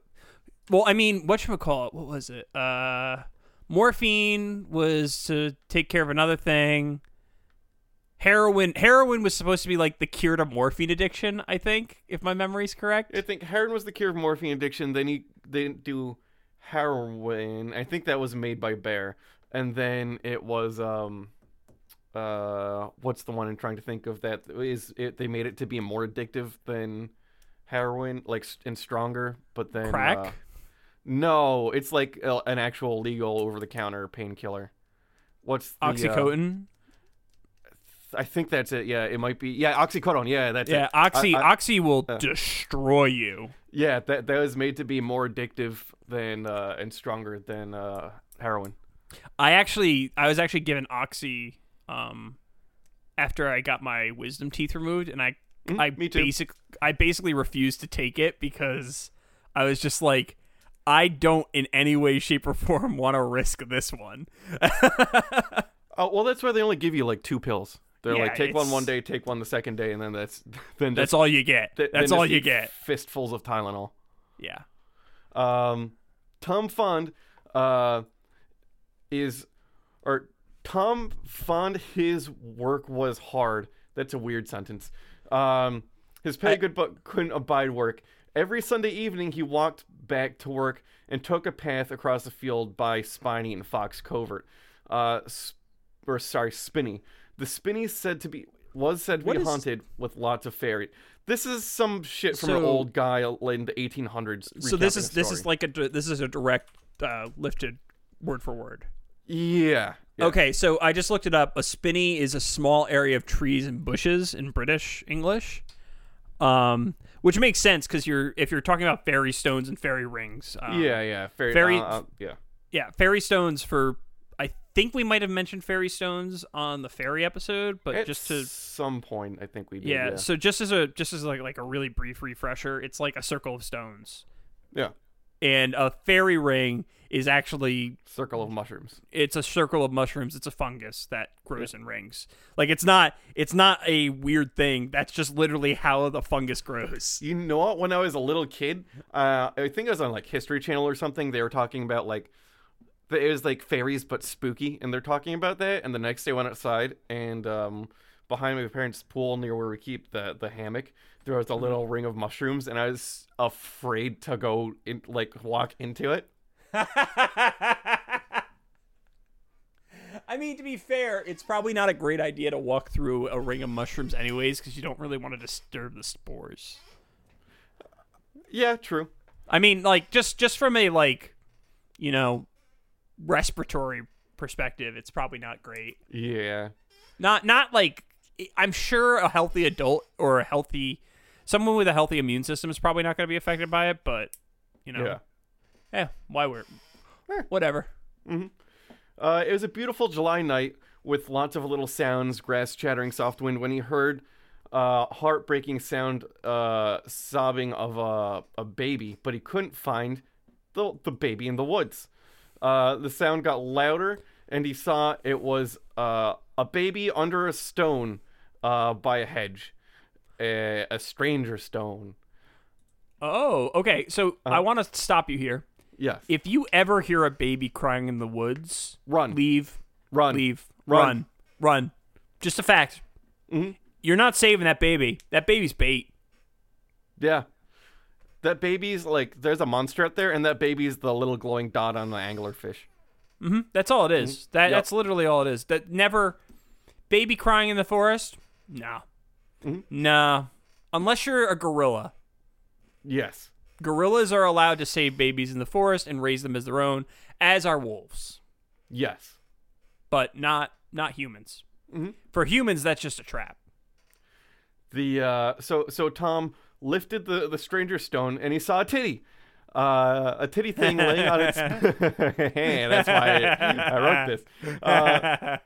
Speaker 2: well, I mean, what should we call it? What was it? Uh, morphine was to take care of another thing. Heroin, heroin was supposed to be like the cure to morphine addiction. I think, if my memory's correct.
Speaker 1: I think heroin was the cure of morphine addiction. Then he they didn't do heroin. I think that was made by Bear. And then it was um uh what's the one I'm trying to think of that is it they made it to be more addictive than heroin like s- and stronger, but then
Speaker 2: Crack?
Speaker 1: uh, no, it's like uh, an actual legal over the counter painkiller. What's the, uh,
Speaker 2: Oxycontin.
Speaker 1: I think that's it. Yeah, it might be. Yeah, oxycodone. Yeah, that's
Speaker 2: yeah,
Speaker 1: it. I-
Speaker 2: oxy,
Speaker 1: I-
Speaker 2: oxy will destroy you.
Speaker 1: Yeah, that that was made to be more addictive than uh, and stronger than uh, heroin.
Speaker 2: I actually I was actually given oxy um after I got my wisdom teeth removed and I I
Speaker 1: Mm, me too.
Speaker 2: basic I basically refused to take it because I was just like I don't in any way shape or form want to risk this one.
Speaker 1: Oh well, that's why they only give you like two pills. They're
Speaker 2: Yeah,
Speaker 1: like take one one
Speaker 2: it's-
Speaker 1: day, take one the second day, and then that's then
Speaker 2: That's
Speaker 1: just,
Speaker 2: all you get.
Speaker 1: th- then
Speaker 2: That's
Speaker 1: just
Speaker 2: all you
Speaker 1: eat
Speaker 2: get.
Speaker 1: Fistfuls of Tylenol.
Speaker 2: Yeah.
Speaker 1: Um, Tom Fond uh, is or Tom Fond his work was hard. That's a weird sentence. Um, his pay good but couldn't abide work. Every Sunday evening he walked back to work and took a path across the field by Spiny and Fox Covert. Uh, sp- or sorry, Spinny. The Spinny said to be was said to
Speaker 2: What
Speaker 1: be
Speaker 2: is-
Speaker 1: haunted with lots of fairy. This is some shit from an
Speaker 2: So-
Speaker 1: old guy in the 1800s.
Speaker 2: So this
Speaker 1: recapping
Speaker 2: is
Speaker 1: a
Speaker 2: this is
Speaker 1: story.
Speaker 2: like a di- this is a direct uh lifted word for word.
Speaker 1: yeah, yeah.
Speaker 2: Okay, so I just looked it up. A spinney is a small area of trees and bushes in British English, um, which makes sense because you're if you're talking about fairy stones and fairy rings. Um,
Speaker 1: yeah, yeah, fairy,
Speaker 2: fairy-
Speaker 1: uh, uh, yeah,
Speaker 2: yeah, fairy stones for. I think we might have mentioned fairy stones on the fairy episode, but
Speaker 1: At
Speaker 2: just to
Speaker 1: some point, I think we did.
Speaker 2: yeah,
Speaker 1: Yeah, yeah.
Speaker 2: So just as a just as like like a really brief refresher, it's like a circle of stones, and a fairy ring is actually
Speaker 1: Circle of mushrooms.
Speaker 2: it's a circle of mushrooms. It's a fungus that grows in rings. Like it's not it's not a weird thing. That's just literally how the fungus grows.
Speaker 1: You know what? When I was a little kid, uh, I think it was on like History Channel or something. They were talking about like th- it was like fairies but spooky, and they're talking about that. And the next day, I went outside and um, behind my parents' pool near where we keep the the hammock, there was a little
Speaker 2: Mm-hmm.
Speaker 1: ring of mushrooms, and I was afraid to go in, like walk into it.
Speaker 2: I mean, to be fair, it's probably not a great idea to walk through a ring of mushrooms anyways because you don't really want to disturb the spores.
Speaker 1: Yeah, true.
Speaker 2: I mean, like just just from a like, you know, respiratory perspective, it's probably not great.
Speaker 1: Yeah.
Speaker 2: not not like I'm sure a healthy adult or a healthy someone with a healthy immune system is probably not going to be affected by it, but you know,
Speaker 1: Yeah.
Speaker 2: eh, why we're whatever.
Speaker 1: Uh, it was a beautiful July night with lots of little sounds, grass chattering, soft wind. When he heard uh, heartbreaking sound, uh, sobbing of a, a baby, but he couldn't find the, the baby in the woods. Uh, the sound got louder, and he saw it was uh, a baby under a stone uh, by a hedge, a, a stranger stone.
Speaker 2: Oh, okay. So
Speaker 1: Uh-huh.
Speaker 2: I want to stop you here.
Speaker 1: Yes.
Speaker 2: If you ever hear a baby crying in the woods,
Speaker 1: Run.
Speaker 2: leave,
Speaker 1: Run.
Speaker 2: leave,
Speaker 1: Run. Mm-hmm.
Speaker 2: run, run. Just a fact. You're not saving that baby. That baby's bait.
Speaker 1: Yeah. That baby's like, there's a monster out there, and that baby's the little glowing dot on the anglerfish.
Speaker 2: Mm-hmm. That's all it is.
Speaker 1: Yep.
Speaker 2: That that's literally all it is. That never baby crying in the forest. No,
Speaker 1: Mm-hmm.
Speaker 2: no. Unless you're a gorilla,
Speaker 1: Yes.
Speaker 2: gorillas are allowed to save babies in the forest and raise them as their own, as are wolves,
Speaker 1: Yes.
Speaker 2: but not not humans.
Speaker 1: Mm-hmm.
Speaker 2: For humans, that's just a trap.
Speaker 1: The uh, so so Tom lifted the the stranger stone and he saw a titty. Uh, a titty thing laying on its. That's why I, I wrote this. Uh,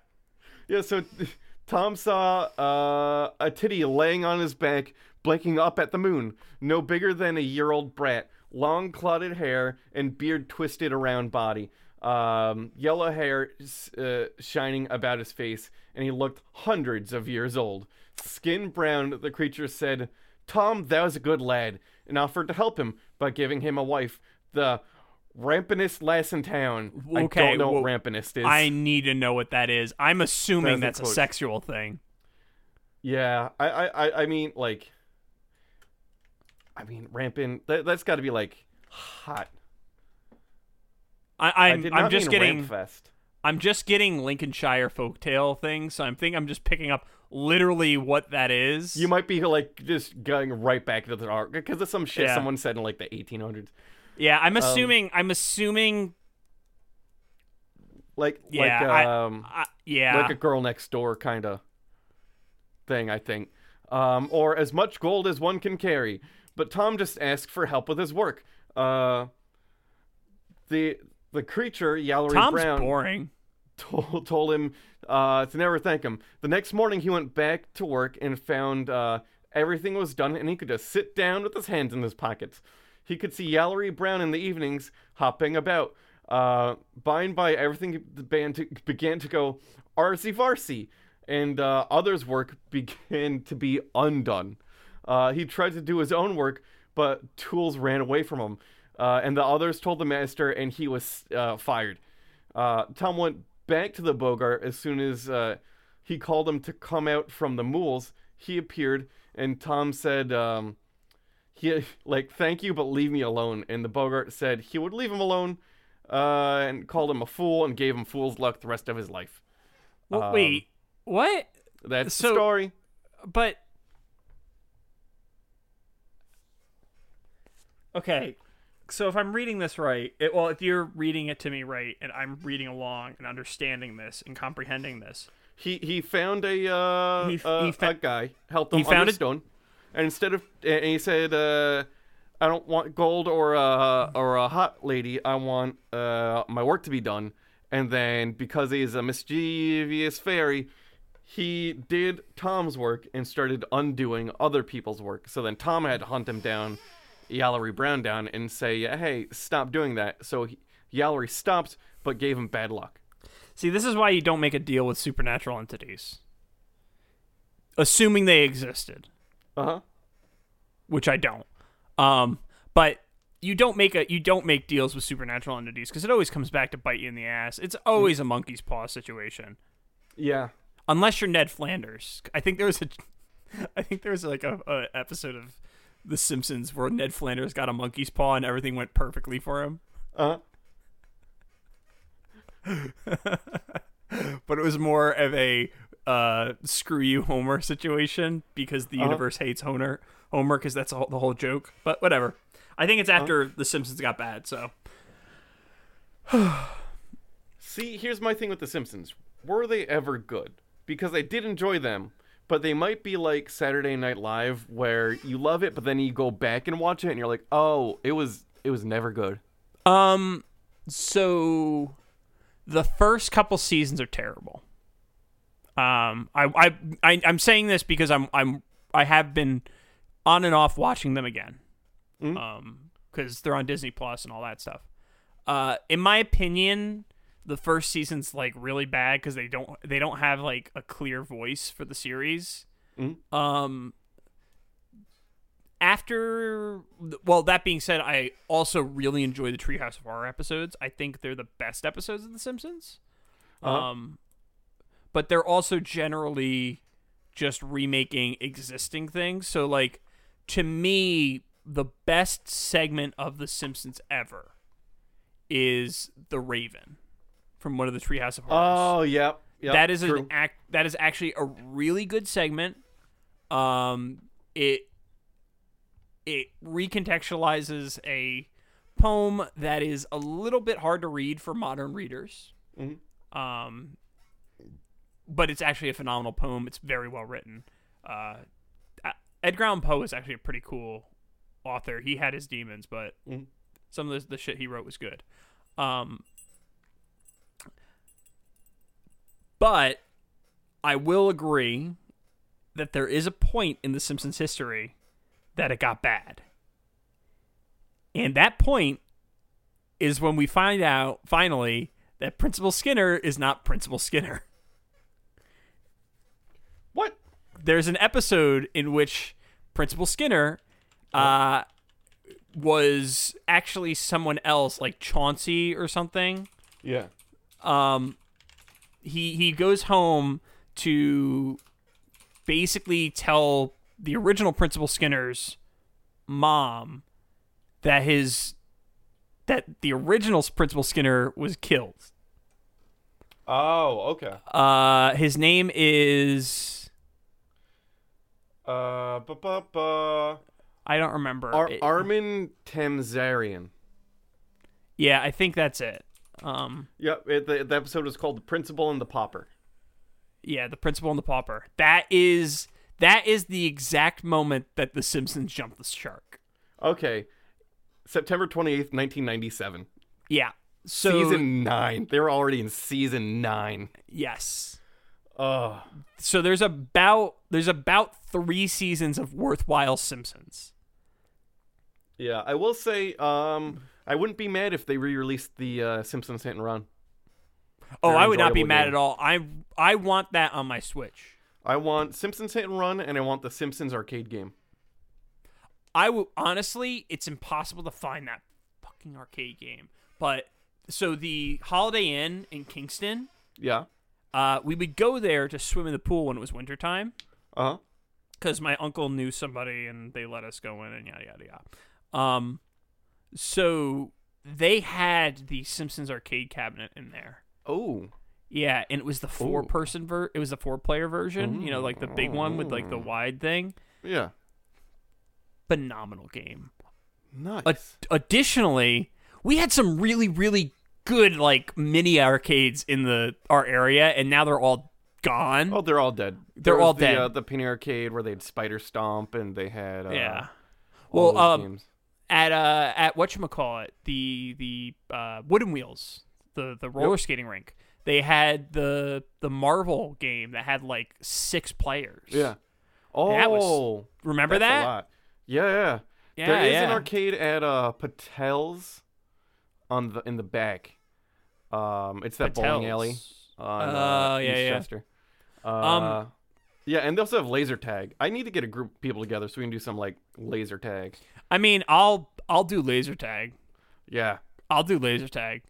Speaker 1: yeah, so Tom saw uh, a titty laying on his back, blinking up at the moon. No bigger than a year old brat, long clotted hair and beard twisted around body. Um, yellow hair s- uh, shining about his face, and he looked hundreds of years old. Skin brown, the creature said, Tom, thou was a good lad, and offered to help him by giving him a wife, the rampantest lass in town. I
Speaker 2: Okay,
Speaker 1: don't know
Speaker 2: well,
Speaker 1: what rampantest is.
Speaker 2: I need to know what that is. I'm assuming
Speaker 1: That's
Speaker 2: that's,
Speaker 1: a
Speaker 2: a
Speaker 1: quote.
Speaker 2: sexual thing.
Speaker 1: Yeah, I, I, I, I mean, like, I mean, rampant. That, that's got to be like hot.
Speaker 2: I,
Speaker 1: I
Speaker 2: I'm
Speaker 1: did
Speaker 2: I'm
Speaker 1: not
Speaker 2: just
Speaker 1: mean
Speaker 2: getting
Speaker 1: ramp fest.
Speaker 2: I'm just getting Lincolnshire folktale things, so I'm think I'm just picking up literally what that is.
Speaker 1: You might be like just going right back to the dark because of some shit
Speaker 2: Yeah.
Speaker 1: someone said in like the 1800s.
Speaker 2: yeah,
Speaker 1: um,
Speaker 2: I'm assuming I'm assuming
Speaker 1: Like,
Speaker 2: yeah,
Speaker 1: like, um,
Speaker 2: I, I, yeah.
Speaker 1: like a girl next door kind of thing, I think. Um, or as much gold as one can carry. But Tom just asked for help with his work. Uh, the the creature, Yallery
Speaker 2: Tom's
Speaker 1: Brown.
Speaker 2: boring.
Speaker 1: told, told him uh, to never thank him. The next morning, he went back to work and found uh, everything was done, and he could just sit down with his hands in his pockets. He could see Yallery Brown in the evenings hopping about. Uh, by and by, everything began to, began to go arsey varsy, and uh, others' work began to be undone. Uh, he tried to do his own work, but tools ran away from him, uh, and the others told the master, and he was uh, fired. Uh, Tom went back to the Bogart as soon as uh, he called him to come out from the mules. He appeared, and Tom said, um, "He like thank you, but leave me alone." And the Bogart said he would leave him alone, uh, and called him a fool and gave him fool's luck the rest of his life.
Speaker 2: Well,
Speaker 1: Um,
Speaker 2: wait, what?
Speaker 1: That's
Speaker 2: So-
Speaker 1: the story.
Speaker 2: But okay, so if I'm reading this right, it, well, if you're reading it to me right, and I'm reading along and understanding this and comprehending this,
Speaker 1: He he found a uh,
Speaker 2: He f-
Speaker 1: uh,
Speaker 2: he fa-
Speaker 1: a guy helped him
Speaker 2: He
Speaker 1: on
Speaker 2: found
Speaker 1: the
Speaker 2: a-
Speaker 1: stone, and instead of and he said, uh, "I don't want gold or a or a hot lady. I want uh, my work to be done." And then because he's a mischievous fairy, he did Tom's work and started undoing other people's work. So then Tom had to hunt him down, Yallery Brown down, and say, "Hey, stop doing that." So he, Yallery stopped, but gave him bad luck.
Speaker 2: see, this is why you don't make a deal with supernatural entities, assuming they existed.
Speaker 1: Uh huh.
Speaker 2: which I don't. Um, but you don't make a you don't make deals with supernatural entities because it always comes back to bite you in the ass. It's always a monkey's paw situation,
Speaker 1: Yeah.
Speaker 2: unless you're Ned Flanders. I think there was a, I think there was like a, a episode of The Simpsons where Ned Flanders got a monkey's paw and everything went perfectly for him,
Speaker 1: Uh huh.
Speaker 2: but it was more of a uh, screw you Homer situation because the universe hates Homer Homer because that's all, the whole joke. But whatever. I think it's after The Simpsons got bad, so.
Speaker 1: See, here's my thing with The Simpsons. Were they ever good? Because I did enjoy them, but they might be like Saturday Night Live where you love it, but then you go back and watch it and you're like, "Oh, it was it was never good."
Speaker 2: Um, so the first couple seasons are terrible. Um, I, I, I I'm saying this because I'm, I'm, I have been on and off watching them again. Um, because they're on Disney Plus and all that stuff. Uh, in my opinion, the first season's like really bad because they don't, they don't have like a clear voice for the series. Um, after well that being said i also really enjoy the treehouse of horror episodes i think they're the best episodes of the simpsons um but they're also generally just remaking existing things so like to me the best segment of the simpsons ever is the raven from one of the treehouse of horrors
Speaker 1: Oh, yeah. yeah
Speaker 2: that is an
Speaker 1: true.
Speaker 2: act that is actually a really good segment um it it recontextualizes a poem that is a little bit hard to read for modern readers um but it's actually a phenomenal poem. It's very well written. Uh, I- Edgar Allan Poe is actually a pretty cool author. He had his demons, but some of the, the shit he wrote was good. Um, but I will agree that there is a point in The Simpsons history that it got bad. And that point is when we find out finally that Principal Skinner is not Principal Skinner.
Speaker 1: What?
Speaker 2: There's an episode in which Principal Skinner uh, was actually someone else, like Chauncey or something.
Speaker 1: Yeah.
Speaker 2: Um, he he goes home to basically tell the original Principal Skinner's mom that his that the original Principal Skinner was killed.
Speaker 1: Oh, okay.
Speaker 2: Uh, his name is
Speaker 1: Uh, ba ba ba.
Speaker 2: I don't remember.
Speaker 1: Ar-
Speaker 2: It-
Speaker 1: Armin Tamzarian.
Speaker 2: yeah, I think that's it. Um,
Speaker 1: Yep, it, the, the episode was called "The Principal and the Pauper."
Speaker 2: yeah, the principal and the pauper. That is that is the exact moment that the Simpsons jumped the shark.
Speaker 1: Okay, September twenty eighth, nineteen ninety seven.
Speaker 2: Yeah. So
Speaker 1: season nine. They were already in season nine.
Speaker 2: yes.
Speaker 1: Oh,
Speaker 2: so there's about there's about three seasons of worthwhile Simpsons.
Speaker 1: yeah. I will say, um, I wouldn't be mad if they re-released the uh, Simpsons Hit and Run.
Speaker 2: Oh,
Speaker 1: They're
Speaker 2: I would not be
Speaker 1: enjoyable
Speaker 2: mad
Speaker 1: games.
Speaker 2: at all. I I want that on my Switch.
Speaker 1: I want Simpsons Hit and Run, and I want the Simpsons arcade game.
Speaker 2: I will honestly, it's impossible to find that fucking arcade game. But so the Holiday Inn in Kingston,
Speaker 1: Yeah.
Speaker 2: uh, we would go there to swim in the pool when it was wintertime
Speaker 1: Uh huh.
Speaker 2: because my uncle knew somebody and they let us go in and yada yada yada. Um, so they had the Simpsons arcade cabinet in there.
Speaker 1: Oh.
Speaker 2: Yeah, and it was the four person ver it was the four player version, you know, like the big one with like the wide thing.
Speaker 1: Yeah.
Speaker 2: Phenomenal game.
Speaker 1: Nice.
Speaker 2: Ad- additionally, we had some really really good like mini arcades in the our area and now they're all gone.
Speaker 1: oh, they're all dead. There
Speaker 2: They're
Speaker 1: was
Speaker 2: all
Speaker 1: the,
Speaker 2: dead.
Speaker 1: Uh, the penny arcade where they had Spider Stomp, and they had uh,
Speaker 2: yeah.
Speaker 1: all
Speaker 2: Well,
Speaker 1: those
Speaker 2: um,
Speaker 1: games.
Speaker 2: at uh at what call it the the uh, wooden wheels the the roller skating rink they had the the Marvel game that had like six players.
Speaker 1: Yeah. Oh,
Speaker 2: That was- remember
Speaker 1: that's a
Speaker 2: that?
Speaker 1: lot. Yeah, yeah.
Speaker 2: Yeah,
Speaker 1: there is an
Speaker 2: yeah.
Speaker 1: arcade at uh, Patel's on the in the back. Um, it's that bowling alley
Speaker 2: Patel's.
Speaker 1: on
Speaker 2: Oh,
Speaker 1: uh,
Speaker 2: yeah, yeah.
Speaker 1: Eastchester.
Speaker 2: Um,
Speaker 1: Uh, yeah, and they also have laser tag. I need to get a group of people together so we can do some like laser tag.
Speaker 2: I mean, I'll I'll do laser tag.
Speaker 1: Yeah,
Speaker 2: I'll do laser tag,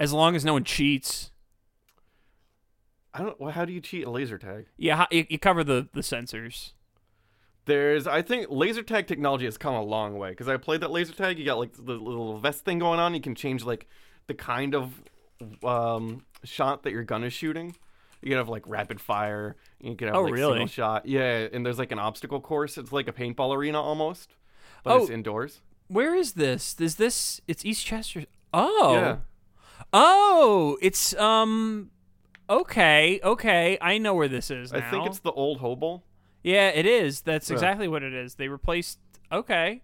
Speaker 2: as long as no one cheats.
Speaker 1: I don't. Well, how do you cheat a laser tag?
Speaker 2: Yeah, ho- you, you cover the the sensors.
Speaker 1: There's, I think, laser tag technology has come a long way because I played that laser tag. You got like the little vest thing going on. You can change like the kind of um, shot that your gun is shooting. You can have like rapid fire. You can have
Speaker 2: Oh,
Speaker 1: like
Speaker 2: really?
Speaker 1: single shot. Yeah, and there's like an obstacle course. It's like a paintball arena almost, but it's
Speaker 2: Oh.
Speaker 1: indoors.
Speaker 2: Where is this? Is this? It's East Chester. Oh,
Speaker 1: Yeah,
Speaker 2: oh, it's um. Okay, okay, I know where this is now.
Speaker 1: I think it's the old hobo.
Speaker 2: yeah, it is. That's
Speaker 1: Yeah.
Speaker 2: exactly what it is. They replaced. Okay,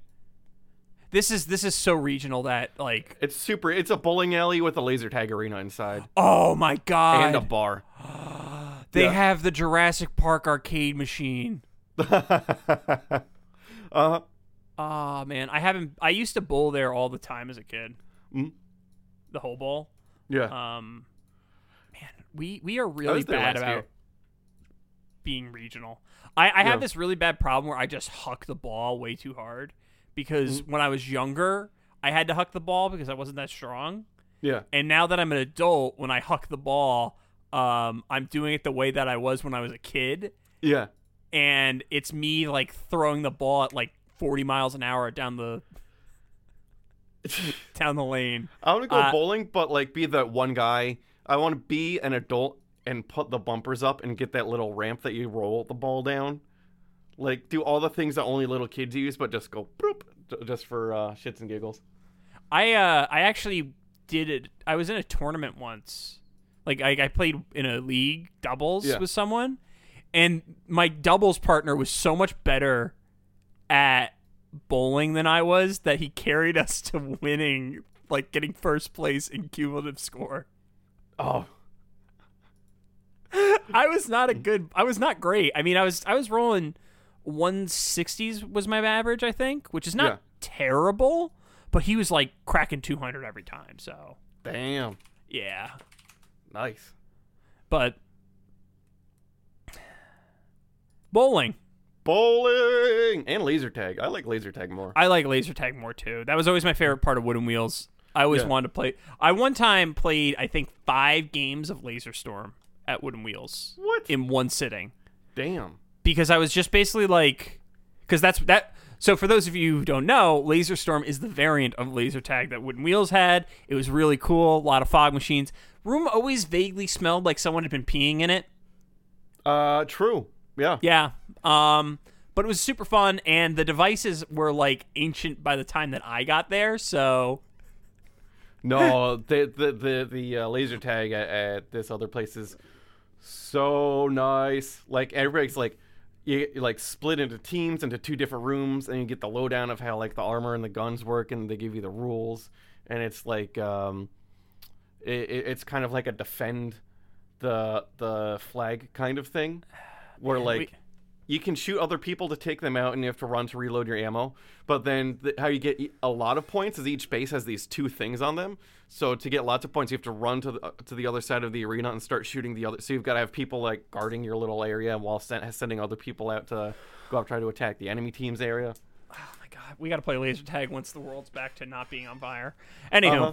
Speaker 2: this is this is so regional that like.
Speaker 1: It's super. It's a bowling alley with a laser tag arena inside
Speaker 2: Oh my god!
Speaker 1: and a bar.
Speaker 2: they
Speaker 1: yeah.
Speaker 2: have the Jurassic Park arcade machine.
Speaker 1: uh huh.
Speaker 2: Oh man, I haven't. I used to bowl there all the time as a kid.
Speaker 1: Mm.
Speaker 2: The whole bowl.
Speaker 1: Yeah.
Speaker 2: Um, man, we we are
Speaker 1: I
Speaker 2: really
Speaker 1: was there
Speaker 2: bad
Speaker 1: last
Speaker 2: about
Speaker 1: year.
Speaker 2: being regional. I, I
Speaker 1: Yeah.
Speaker 2: have this really bad problem where I just huck the ball way too hard because
Speaker 1: Mm.
Speaker 2: when I was younger, I had to huck the ball because I wasn't that strong.
Speaker 1: Yeah.
Speaker 2: And now that I'm an adult, when I huck the ball, um, I'm doing it the way that I was when I was a kid,
Speaker 1: Yeah.
Speaker 2: and it's me like throwing the ball at like 40 miles an hour down the down the lane.
Speaker 1: I want to go
Speaker 2: Uh,
Speaker 1: bowling, but like be that one guy. I want to be an adult and put the bumpers up and get that little ramp that you roll the ball down. Like do all the things that only little kids use, but just go boop, j- just for uh, shits and giggles.
Speaker 2: I uh I actually did it. I was in a tournament once Like I, I played in a league doubles
Speaker 1: Yeah.
Speaker 2: with someone, and my doubles partner was so much better at bowling than I was that he carried us to winning, like getting first place in cumulative score.
Speaker 1: Oh,
Speaker 2: I was not a good. I was not great. I mean, I was I was rolling 160s was my average, I think, which is not
Speaker 1: Yeah.
Speaker 2: terrible. But he was like cracking 200 every time. So
Speaker 1: damn.
Speaker 2: yeah,
Speaker 1: Nice.
Speaker 2: but bowling.
Speaker 1: Bowling and laser tag. I like laser tag more.
Speaker 2: I like laser tag more too. That was always my favorite part of Wooden Wheels. I always
Speaker 1: Yeah.
Speaker 2: wanted to play. I one time played I think five games of Laser Storm at Wooden Wheels.
Speaker 1: What?
Speaker 2: in one sitting?
Speaker 1: Damn.
Speaker 2: because I was just basically like, because that's that. So for those of you who don't know, Laser Storm is the variant of laser tag that Wooden Wheels had. It was really cool. A lot of fog machines. Room always vaguely smelled like someone had been peeing in it.
Speaker 1: Uh, true. Yeah.
Speaker 2: Yeah. Um, but it was super fun, and the devices were like ancient by the time that I got there. So
Speaker 1: No, the the the, the uh, laser tag at, at this other place is so nice. Like everybody's like you, you like split into teams into two different rooms, and you get the lowdown of how like the armor and the guns work, and they give you the rules, and it's like um, it, it- it's kind of like a defend the the flag kind of thing, where like.
Speaker 2: we-
Speaker 1: You can shoot other people to take them out, and you have to run to reload your ammo. But then, th- how you get e- a lot of points is each base has these two things on them. So to get lots of points, you have to run to the uh, to the other side of the arena and start shooting the other. So you've got to have people like guarding your little area while sen- sending other people out to go out try to attack the enemy team's area.
Speaker 2: oh my god, we got to play laser tag once the world's back to not being on fire. Anywho,
Speaker 1: Uh-huh.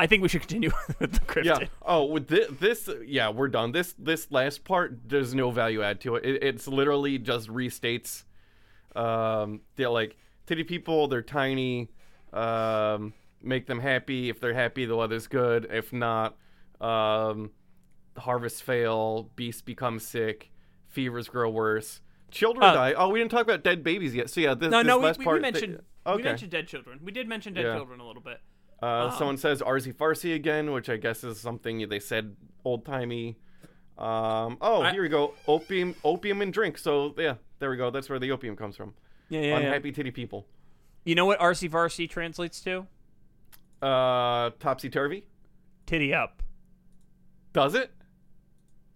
Speaker 2: I think we should continue with the cryptid.
Speaker 1: Yeah. Oh, with this, this, yeah, we're done. This this last part, there's no value add to it. it it's literally just restates. Um, they're like titty people. They're tiny. Um, make them happy. If they're happy, the weather's good. If not, um, harvests fail. Beasts become sick. Fevers grow worse. Children
Speaker 2: Oh.
Speaker 1: die. Oh, we didn't talk about dead babies yet. So yeah, this,
Speaker 2: No,
Speaker 1: this
Speaker 2: no, we,
Speaker 1: last
Speaker 2: we,
Speaker 1: part.
Speaker 2: we
Speaker 1: they-
Speaker 2: mentioned
Speaker 1: okay.
Speaker 2: we mentioned dead children. We did mention dead
Speaker 1: Yeah.
Speaker 2: children a little bit.
Speaker 1: Uh,
Speaker 2: Oh.
Speaker 1: Someone says Arzy Farsi again, which I guess is something they said old timey. Um, oh,
Speaker 2: I-
Speaker 1: here we go. Opium, opium and drink. So yeah, there we go. That's where the opium comes from.
Speaker 2: Yeah, yeah, yeah.
Speaker 1: Unhappy titty people.
Speaker 2: You know what RC varsity translates to?
Speaker 1: Uh, topsy turvy.
Speaker 2: Titty up.
Speaker 1: Does it?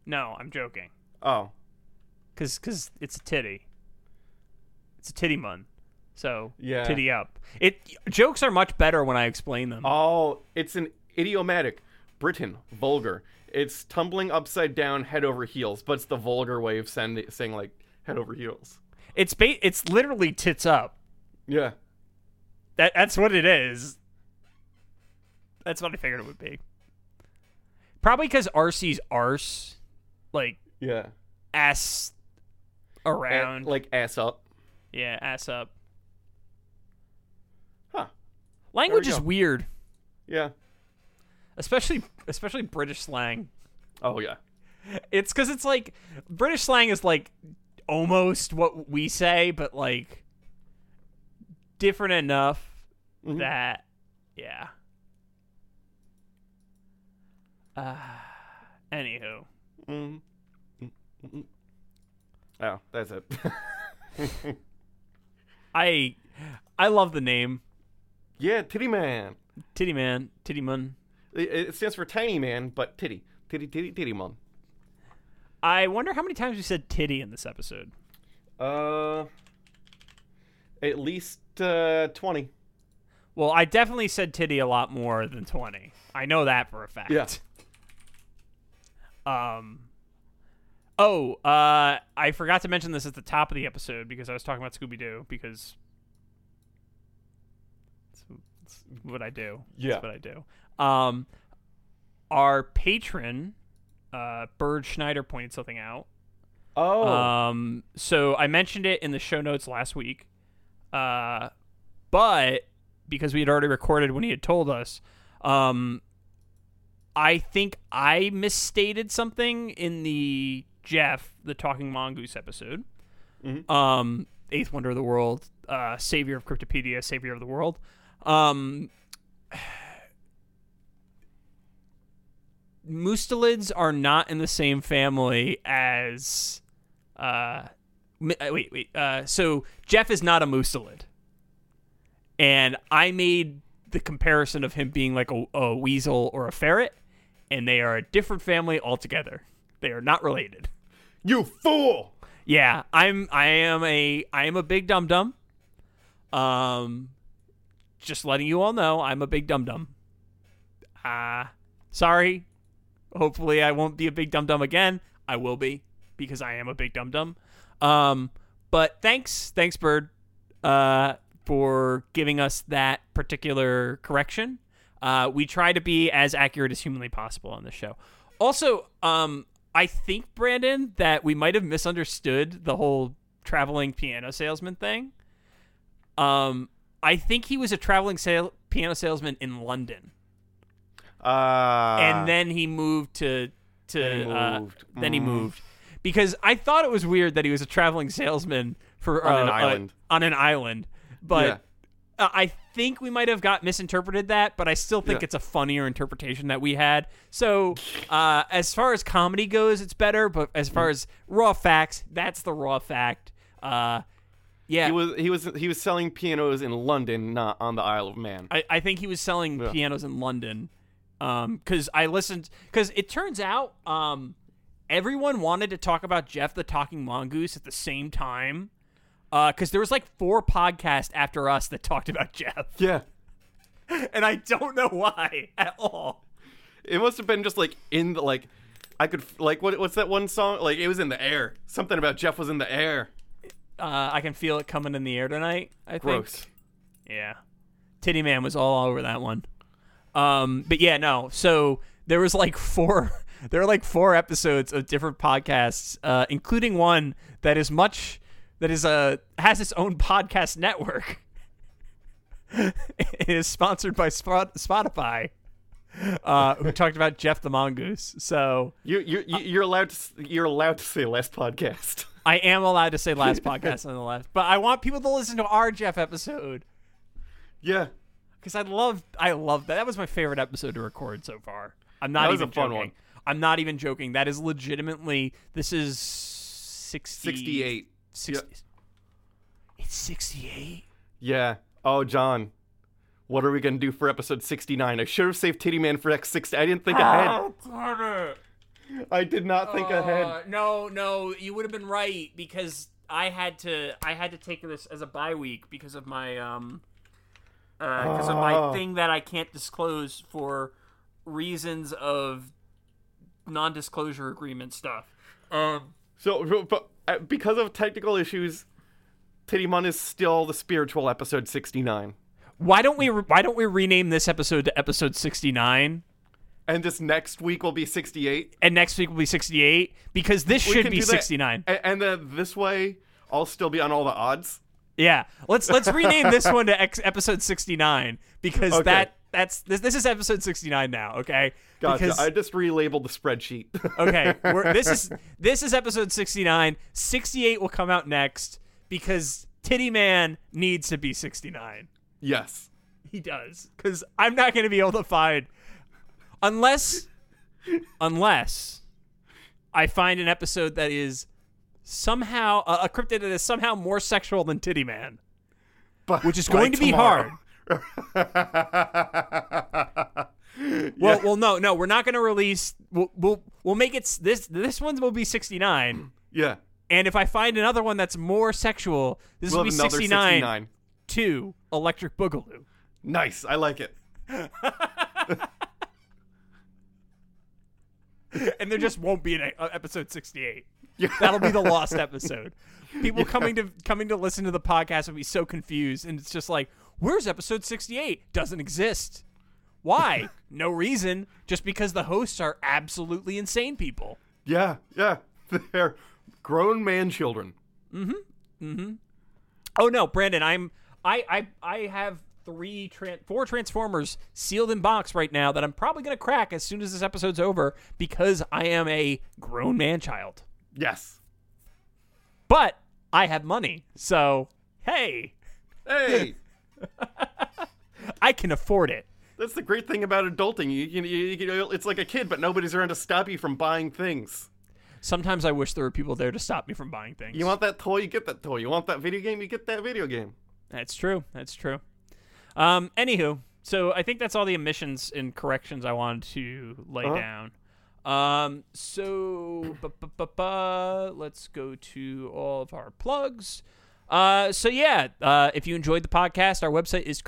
Speaker 2: No, I'm joking.
Speaker 1: Oh,
Speaker 2: Cause, 'cause it's a titty. It's a titty mun. So
Speaker 1: Yeah.
Speaker 2: titty up. It jokes are much better when I explain them.
Speaker 1: oh, it's an idiomatic, Britain vulgar. It's tumbling upside down, head over heels, but it's the vulgar way of send, saying like head over heels.
Speaker 2: It's ba- it's literally tits up.
Speaker 1: Yeah.
Speaker 2: That that's what it is. That's what I figured it would be. Probably because RC's arse, like
Speaker 1: Yeah.
Speaker 2: ass
Speaker 1: A-
Speaker 2: around,
Speaker 1: like ass up.
Speaker 2: yeah, ass up.
Speaker 1: Huh.
Speaker 2: Language
Speaker 1: There we
Speaker 2: is
Speaker 1: go.
Speaker 2: weird,
Speaker 1: Yeah.
Speaker 2: especially especially British slang.
Speaker 1: Oh yeah.
Speaker 2: It's because it's like British slang is like almost what we say, but like different enough
Speaker 1: Mhm.
Speaker 2: that yeah. Uh, anywho,
Speaker 1: Mm. Mm, mm, mm. Oh, that's it.
Speaker 2: I I love the name
Speaker 1: yeah, titty man.
Speaker 2: Titty Man, Titty Mun.
Speaker 1: It, it stands for tiny man, but titty, titty, titty, titty mom.
Speaker 2: I wonder how many times we said titty in this episode.
Speaker 1: Uh, at least uh, twenty.
Speaker 2: Well, I definitely said titty a lot more than 20. I know that for a fact.
Speaker 1: Yeah.
Speaker 2: Um Oh, uh I forgot to mention this at the top of the episode because I was talking about Scooby Doo because it's, it's what I do.
Speaker 1: Yeah.
Speaker 2: It's what I do. Um our patron uh Bird Schneider pointed something out.
Speaker 1: Oh,
Speaker 2: Um, so I mentioned it in the show notes last week, uh, but because we had already recorded when he had told us, um, I think I misstated something in the Jeff the Talking Mongoose episode, um, Eighth Wonder of the World, uh, Savior of Cryptopedia, Savior of the World. Um, mustelids are not in the same family as uh mi- uh, wait wait uh so jeff is not a mustelid and i made the comparison of him being like a, a weasel or a ferret and they are a different family altogether they are not related
Speaker 1: You fool!
Speaker 2: yeah, I'm I am a I am a big dum dum. Um just letting you all know, I'm a big dum dum. Uh sorry. Hopefully I won't be a big dum dum again. I will be because I am a big dum dum. Um but thanks, thanks Bird uh for giving us that particular correction. Uh we try to be as accurate as humanly possible on this show. Also, um, I think Brandon that we might have misunderstood the whole traveling piano salesman thing. Um, I think he was a traveling sale- piano salesman in London,
Speaker 1: Uh,
Speaker 2: and then he moved to to
Speaker 1: Then he
Speaker 2: uh,
Speaker 1: moved.
Speaker 2: then he
Speaker 1: Mm.
Speaker 2: moved because I thought it was weird that he was a traveling salesman for
Speaker 1: On an
Speaker 2: uh, uh,
Speaker 1: island.
Speaker 2: on an island, but. Uh, I think we might have got misinterpreted that, but I still think
Speaker 1: Yeah.
Speaker 2: it's a funnier interpretation that we had. So, uh, as far as comedy goes, it's better, but as far
Speaker 1: Mm.
Speaker 2: as raw facts, that's the raw fact. Uh, yeah,
Speaker 1: he was he was he was selling pianos in London, not on the Isle of Man.
Speaker 2: I, I think he was selling
Speaker 1: Yeah.
Speaker 2: pianos in London. Um, because I listened, because it turns out, um, everyone wanted to talk about Jeff the Talking Mongoose at the same time. Uh, because there was like four podcasts after us that talked about Jeff.
Speaker 1: yeah,
Speaker 2: and I don't know why at all.
Speaker 1: it must have been just like in the like. I could f- like what what's that one song? Like it was in the air. Something about Jeff was in the air.
Speaker 2: Uh, I can feel it coming in the air tonight. I
Speaker 1: Gross.
Speaker 2: think. Yeah, Titty Man was all over that one. Um, but yeah, no. So there was like four. There are like four episodes of different podcasts, uh, including one that is much that is uh, has its own podcast network. it is sponsored by Spot- Spotify, uh, who talked about Jeff the Mongoose. So
Speaker 1: You you you- you're allowed to s- you're allowed to say last podcast.
Speaker 2: I am allowed to say last podcast on the left, but I want people to listen to our Jeff episode
Speaker 1: yeah,
Speaker 2: because I love I love that. That was my favorite episode to record so far. I'm not
Speaker 1: That was
Speaker 2: even
Speaker 1: a fun
Speaker 2: joking.
Speaker 1: one.
Speaker 2: I'm not even joking. That is legitimately this is 60,
Speaker 1: sixty eight.
Speaker 2: six- It's 68.
Speaker 1: Yeah. Oh, John, what are we gonna do for episode sixty nine? I should have saved Titty Man for X sixty. I didn't think
Speaker 2: Ah.
Speaker 1: ahead.
Speaker 2: Oh,
Speaker 1: I did not think ahead.
Speaker 2: Uh, No, no, you would have been right because I had to I had to take this as a bye week because of my um because of my
Speaker 1: Oh.
Speaker 2: thing that I can't disclose for reasons of non-disclosure agreement stuff. Um
Speaker 1: So, but uh, because of technical issues, Titty Man is still the spiritual episode sixty nine.
Speaker 2: why don't we why don't we rename this episode to episode 69
Speaker 1: and this next week will be 68.
Speaker 2: and next week will be 68 because this
Speaker 1: We
Speaker 2: should
Speaker 1: can
Speaker 2: be
Speaker 1: do that.
Speaker 2: 69.
Speaker 1: A- And, then this way, I'll still be on all the odds.
Speaker 2: Yeah, let's let's rename this one to ex- episode sixty nine because
Speaker 1: Okay.
Speaker 2: that that's this, this is episode sixty nine now. Okay,
Speaker 1: Gotcha.
Speaker 2: Because,
Speaker 1: I just relabeled the spreadsheet.
Speaker 2: okay, we're, this is this is episode 69. 68 will come out next because Titty Man needs to be sixty nine.
Speaker 1: yes.
Speaker 2: He does because I'm not going to be able to find unless unless I find an episode that is somehow a a cryptid that is somehow more sexual than Titty Man.
Speaker 1: But
Speaker 2: Which is
Speaker 1: by
Speaker 2: going to be
Speaker 1: tomorrow.
Speaker 2: hard. Well,
Speaker 1: Yeah.
Speaker 2: well, no, no, we're not going to release. We'll, we'll we'll make it s- this this one will be 69,
Speaker 1: yeah.
Speaker 2: and if I find another one that's more sexual, this
Speaker 1: We'll
Speaker 2: will
Speaker 1: have
Speaker 2: be
Speaker 1: another
Speaker 2: 69,
Speaker 1: 69.
Speaker 2: to Electric Boogaloo.
Speaker 1: Nice. I like it.
Speaker 2: And there just won't be an e- uh, episode 68. That'll be the lost episode. People coming to coming to listen to the podcast will be so confused, and it's just like, where's episode 68? Doesn't exist. Why? no reason. Just because the hosts are absolutely insane people.
Speaker 1: Yeah. Yeah. They're grown man children.
Speaker 2: Oh no, Brandon, I'm I I I have three tran four transformers sealed in box right now that I'm probably going to crack as soon as this episode's over because I am a grown man child.
Speaker 1: Yes.
Speaker 2: But I have money. So, hey,
Speaker 1: Hey.
Speaker 2: I can afford it.
Speaker 1: That's the great thing about adulting. You, you, you, you- it's like a kid, but nobody's around to stop you from buying things.
Speaker 2: Sometimes I wish there were people there to stop me from buying things.
Speaker 1: You want that toy, you get that toy. You want that video game, you get that video game.
Speaker 2: That's true. That's true. Um, anywho, so I think that's all the omissions and corrections I wanted to lay
Speaker 1: Uh-huh.
Speaker 2: down. Um, so bu- bu- bu- bu- let's go to all of our plugs. Uh, so yeah, uh, if you enjoyed the podcast, our website is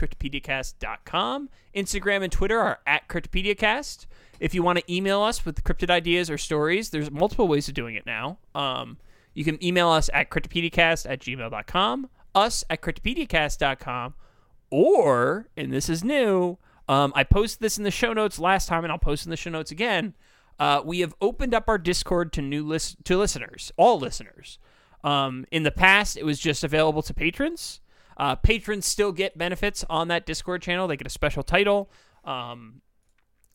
Speaker 2: cryptopediacast.com. Instagram and Twitter are at cryptopediacast. If you want to email us with cryptid ideas or stories, there's multiple ways of doing it now. Um, you can email us at cryptopediacast at gmail.com, us at cryptopediacast.com, or, and this is new, um, I posted this in the show notes last time and I'll post in the show notes again. Uh, we have opened up our Discord to new list to listeners, all listeners. Um, in the past, it was just available to patrons. Uh, patrons still get benefits on that Discord channel. They get a special title. Um,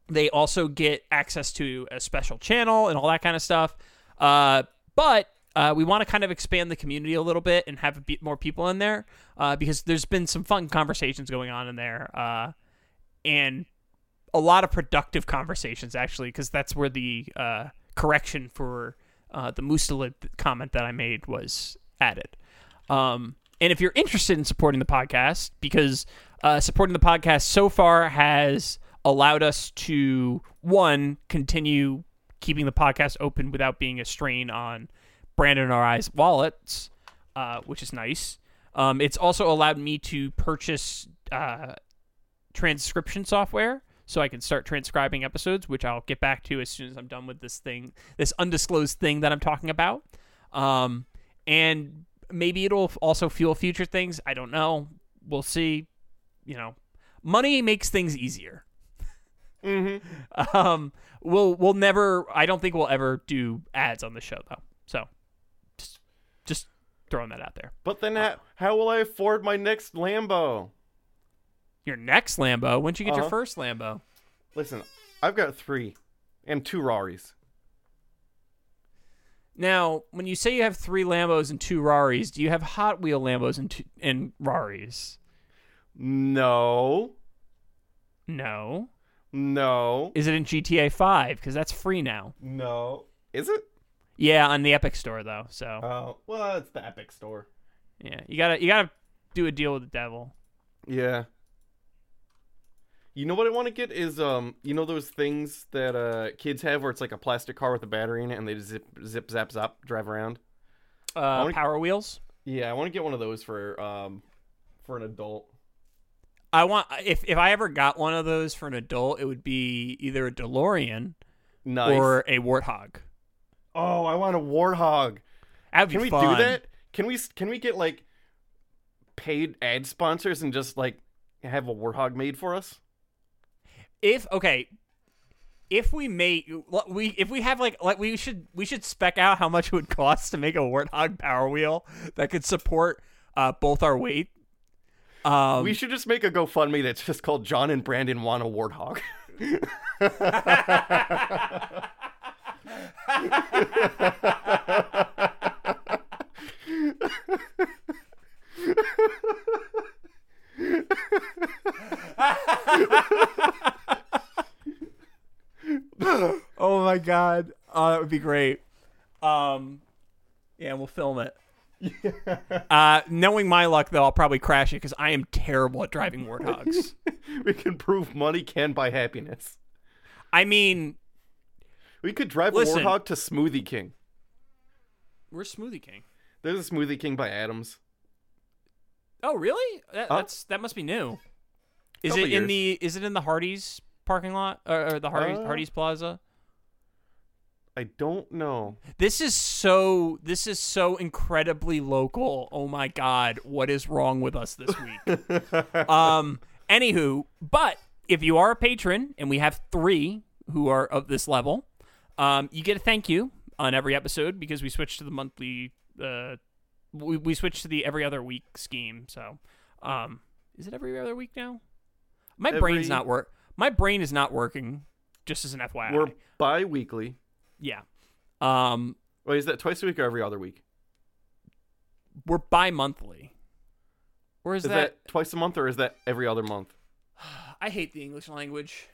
Speaker 2: they also get access to a special channel and all that kind of stuff. Uh, but uh, we want to kind of expand the community a little bit and have a bit more people in there uh, because there's been some fun conversations going on in there uh, and a lot of productive conversations actually because that's where the uh, correction for uh, the Mustalit comment that I made was added. Um, and if you're interested in supporting the podcast, because uh, supporting the podcast so far has allowed us to one continue keeping the podcast open without being a strain on Brandon and our eyes wallets, uh, which is nice. Um, it's also allowed me to purchase uh, transcription software so I can start transcribing episodes, which I'll get back to as soon as I'm done with this thing, this undisclosed thing that I'm talking about. Um, and maybe it'll f- also fuel future things. I don't know. We'll see. You know, money makes things easier.
Speaker 1: Mm-hmm.
Speaker 2: um, we'll we'll never. I don't think we'll ever do ads on the show though. So just just throwing that out there.
Speaker 1: But then how, how will I afford my next Lambo?
Speaker 2: Your next Lambo. Once you get your
Speaker 1: Uh-huh.
Speaker 2: first Lambo,
Speaker 1: Listen, I've got three and two Raris.
Speaker 2: Now, when you say you have three Lambos and two Raris, do you have Hot Wheel Lambos and two, and Raris?
Speaker 1: No.
Speaker 2: No.
Speaker 1: No.
Speaker 2: Is it in GTA Five? Because that's free now.
Speaker 1: No. Is it?
Speaker 2: Yeah, on the Epic Store though. So
Speaker 1: Oh, well, it's the Epic Store.
Speaker 2: yeah, you gotta you gotta do a deal with the devil.
Speaker 1: Yeah. You know what I want to get is um you know those things that uh kids have where it's like a plastic car with a battery in it and they just zip zip zap zap drive around.
Speaker 2: Uh,
Speaker 1: wanna-
Speaker 2: Power Wheels.
Speaker 1: Yeah, I want to get one of those for um for an adult.
Speaker 2: I want if if I ever got one of those for an adult, it would be either a DeLorean
Speaker 1: Nice.
Speaker 2: or a Warthog.
Speaker 1: oh, I want a warthog.
Speaker 2: That'd be
Speaker 1: Can we
Speaker 2: fun.
Speaker 1: do that? Can we s- can we get like paid ad sponsors and just like have a warthog made for us?
Speaker 2: if okay if we make we if we have like like we should we should spec out how much it would cost to make a warthog power wheel that could support uh both our weight um
Speaker 1: we should just make a GoFundMe that's just called John and Brandon want a warthog.
Speaker 2: oh my god uh that would be great um yeah we'll film it uh knowing my luck though i'll probably crash it because i am terrible at driving warthogs
Speaker 1: we can prove money can buy happiness.
Speaker 2: i mean
Speaker 1: We could drive
Speaker 2: Listen.
Speaker 1: Warthog to Smoothie King.
Speaker 2: we're smoothie king
Speaker 1: There's a Smoothie King by Adams.
Speaker 2: oh really that,
Speaker 1: Huh?
Speaker 2: that's that must be new is
Speaker 1: Couple
Speaker 2: it
Speaker 1: years.
Speaker 2: in the is it in the hardy's parking lot or, or the hardy's,
Speaker 1: Uh,
Speaker 2: hardy's plaza
Speaker 1: I don't know.
Speaker 2: This is so this is so incredibly local. Oh my god, what is wrong with us this week? um anywho, but if you are a patron and we have 3 who are of this level, um you get a thank you on every episode because we switched to the monthly uh we, we switched to the every other week scheme, so um is it every other week now? My
Speaker 1: Every-
Speaker 2: brain's not work. My brain is not working. Just as an FYI.
Speaker 1: We're bi weekly.
Speaker 2: yeah. Um
Speaker 1: Wait, is that twice a week or every other week?
Speaker 2: we're bi-monthly or is,
Speaker 1: Is that,
Speaker 2: that,
Speaker 1: twice a month or is that every other month?
Speaker 3: I hate the English language.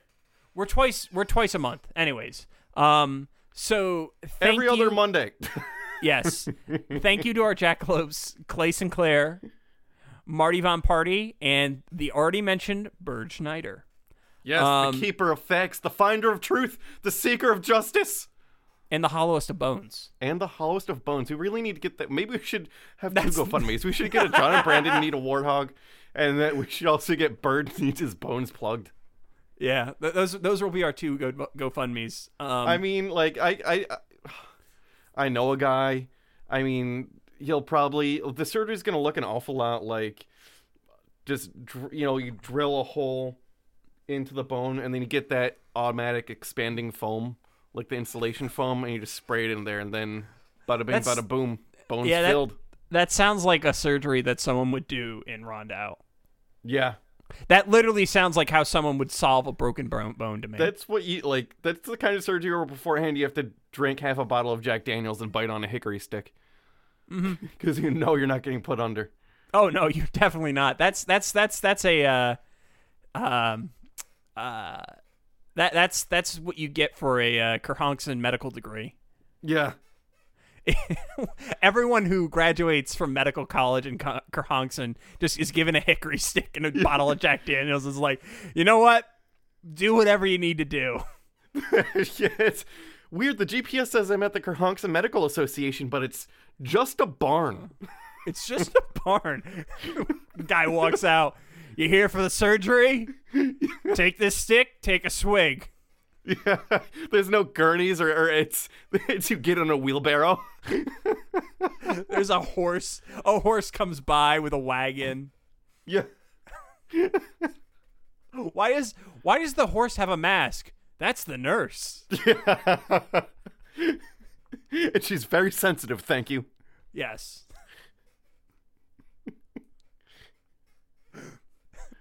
Speaker 2: We're twice we're twice a month, anyways. Um, so thank
Speaker 1: Every other
Speaker 2: you-
Speaker 1: Monday.
Speaker 2: Yes. Thank you to our jackalopes, Clay Sinclair, Marty Von Party, and the already mentioned Bird Schneider.
Speaker 1: yes,
Speaker 2: Um,
Speaker 1: the keeper of facts, the finder of truth, the seeker of justice,
Speaker 2: And the hollowest of bones.
Speaker 1: and the hollowest of bones. We really need to get that. Maybe we should have two GoFundMe's. We should get a John and Brandon need a warthog, and that we should also get Bird needs his bones plugged.
Speaker 2: Yeah, th- those those will be our two go GoFundmes. Um,
Speaker 1: I mean, like I, I, I know a guy. I mean, he'll probably the surgery's gonna look an awful lot like just dr- you know you drill a hole into the bone and then you get that automatic expanding foam like the insulation foam and you just spray it in there and then bada bing
Speaker 2: That's-
Speaker 1: bada boom bones
Speaker 2: yeah, that-
Speaker 1: filled.
Speaker 2: that sounds like a surgery that someone would do in Rondout.
Speaker 1: Yeah,
Speaker 2: That literally sounds like how someone would solve a broken bro- bone to me.
Speaker 1: that's what you like. That's the kind of surgery where beforehand you have to drink half a bottle of Jack Daniels and bite on a hickory stick
Speaker 2: Mm-hmm.
Speaker 1: because you know you're not getting put under.
Speaker 2: Oh no, you're definitely not. That's that's that's that's a uh, um uh that that's that's what you get for a uh, Kerhonkson medical degree.
Speaker 1: Yeah.
Speaker 2: Everyone who graduates from medical college in Ka- Kerhonkson just is given a hickory stick and a bottle of Jack Daniels. Is like, you know what? Do whatever you need to do.
Speaker 1: yeah, it's weird. The GPS says I'm at the Kerhonkson Medical Association, but it's just a barn.
Speaker 2: It's just a barn. Guy walks out. You here for the surgery? Take this stick. Take a swig.
Speaker 1: Yeah, there's no gurneys or, or it's it's you get on a wheelbarrow.
Speaker 2: There's a horse. A horse comes by with a wagon.
Speaker 1: Yeah,
Speaker 2: Why is why does the horse have a mask? That's the nurse.
Speaker 1: and she's very sensitive. Thank you.
Speaker 2: Yes.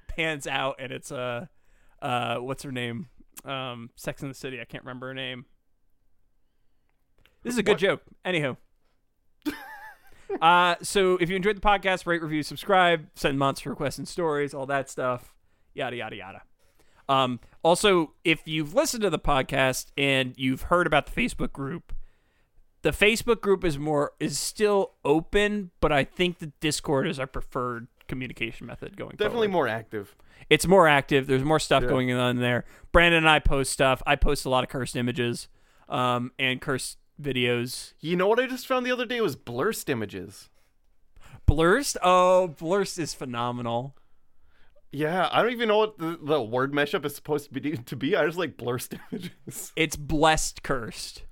Speaker 2: Pans out and it's uh uh what's her name? Um Sex in the City, I can't remember her name. This is a good joke. Anywho. uh so if you enjoyed the podcast, rate, review, subscribe, send monster requests and stories, all that stuff. Yada yada yada. Um also if you've listened to the podcast and you've heard about the Facebook group, the Facebook group is more is still open, but I think the Discord is our preferred communication method going
Speaker 1: Definitely more
Speaker 2: forward.
Speaker 1: active.
Speaker 2: It's more active. There's more stuff going on there. Brandon and I post stuff. I post a lot of cursed images, um, and cursed videos.
Speaker 1: You know what I just found the other day was blurst images.
Speaker 2: Blurst, oh, Blurst is phenomenal.
Speaker 1: Yeah, I don't even know what the, the word meshup is supposed to be. To be, I just like blurst images.
Speaker 2: It's blessed cursed.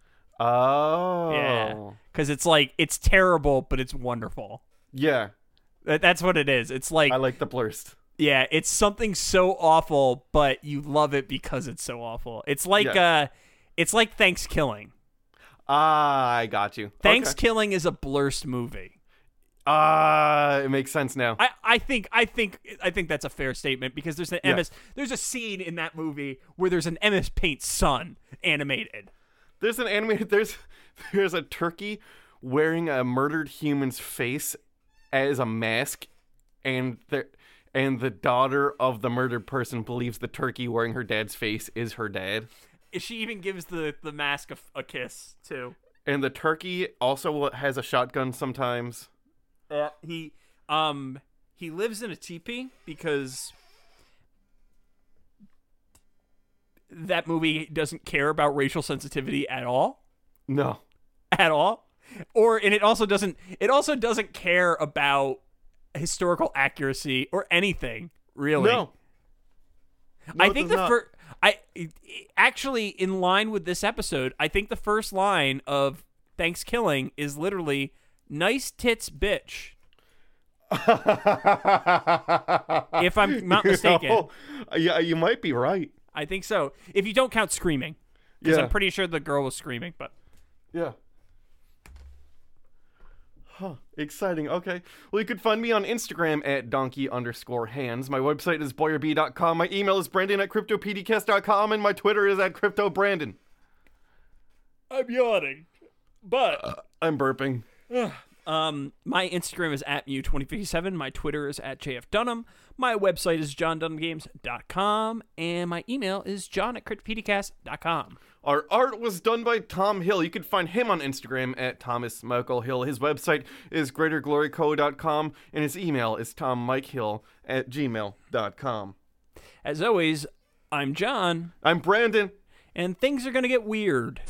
Speaker 1: Oh,
Speaker 2: Yeah, because it's like it's terrible, but it's wonderful.
Speaker 1: yeah.
Speaker 2: That- That's what it is. It's like
Speaker 1: I like the blurst.
Speaker 2: Yeah, it's something so awful, but you love it because it's so awful. It's like
Speaker 1: Yeah.
Speaker 2: uh it's like Thanksgilling.
Speaker 1: Ah, I got you. Okay.
Speaker 2: Thanksgilling is a blurst movie.
Speaker 1: Ah, it makes sense now.
Speaker 2: I, I think I think I think that's a fair statement because there's an
Speaker 1: Yeah.
Speaker 2: MS there's a scene in that movie where there's an MS Paint son animated.
Speaker 1: There's an animated. There's there's a turkey wearing a murdered human's face as a mask, and the and the daughter of the murdered person believes the turkey wearing her dad's face is her dad.
Speaker 2: She even gives the the mask a, a kiss too.
Speaker 1: And the turkey also has a shotgun sometimes.
Speaker 2: Uh, he um he lives in a teepee because that movie doesn't care about racial sensitivity at all,
Speaker 1: No.
Speaker 2: at all. Or and it also doesn't it also doesn't care about historical accuracy or anything really.
Speaker 1: No.
Speaker 2: I
Speaker 1: it
Speaker 2: think
Speaker 1: does
Speaker 2: the
Speaker 1: not.
Speaker 2: first I it- it- actually in line with this episode, I think the first line of Thanksgiving is literally nice tits bitch. If I'm not mistaken.
Speaker 1: No. Yeah, you might be right.
Speaker 2: I think so. If you don't count screaming, because
Speaker 1: Yeah.
Speaker 2: I'm pretty sure the girl was screaming. But
Speaker 1: Yeah. Huh. Exciting. Okay. Well, you could find me on Instagram at donkey underscore hands. My website is boyerb.com. My email is brandon at cryptopdcast.com. And my Twitter is at cryptobrandon.
Speaker 2: I'm yawning. But
Speaker 1: I'm burping.
Speaker 2: Um, my Instagram is at Mew2057. My Twitter is at JF Dunham. My website is johndunhamgames.com. And my email is john at cryptopedicast.com.
Speaker 1: Our art was done by Tom Hill. You can find him on Instagram at Thomas Michael Hill. His website is greatergloryco.com, and his email is tommikehill at gmail.com.
Speaker 2: As always, I'm John,
Speaker 1: I'm Brandon.
Speaker 2: and things are going to get weird.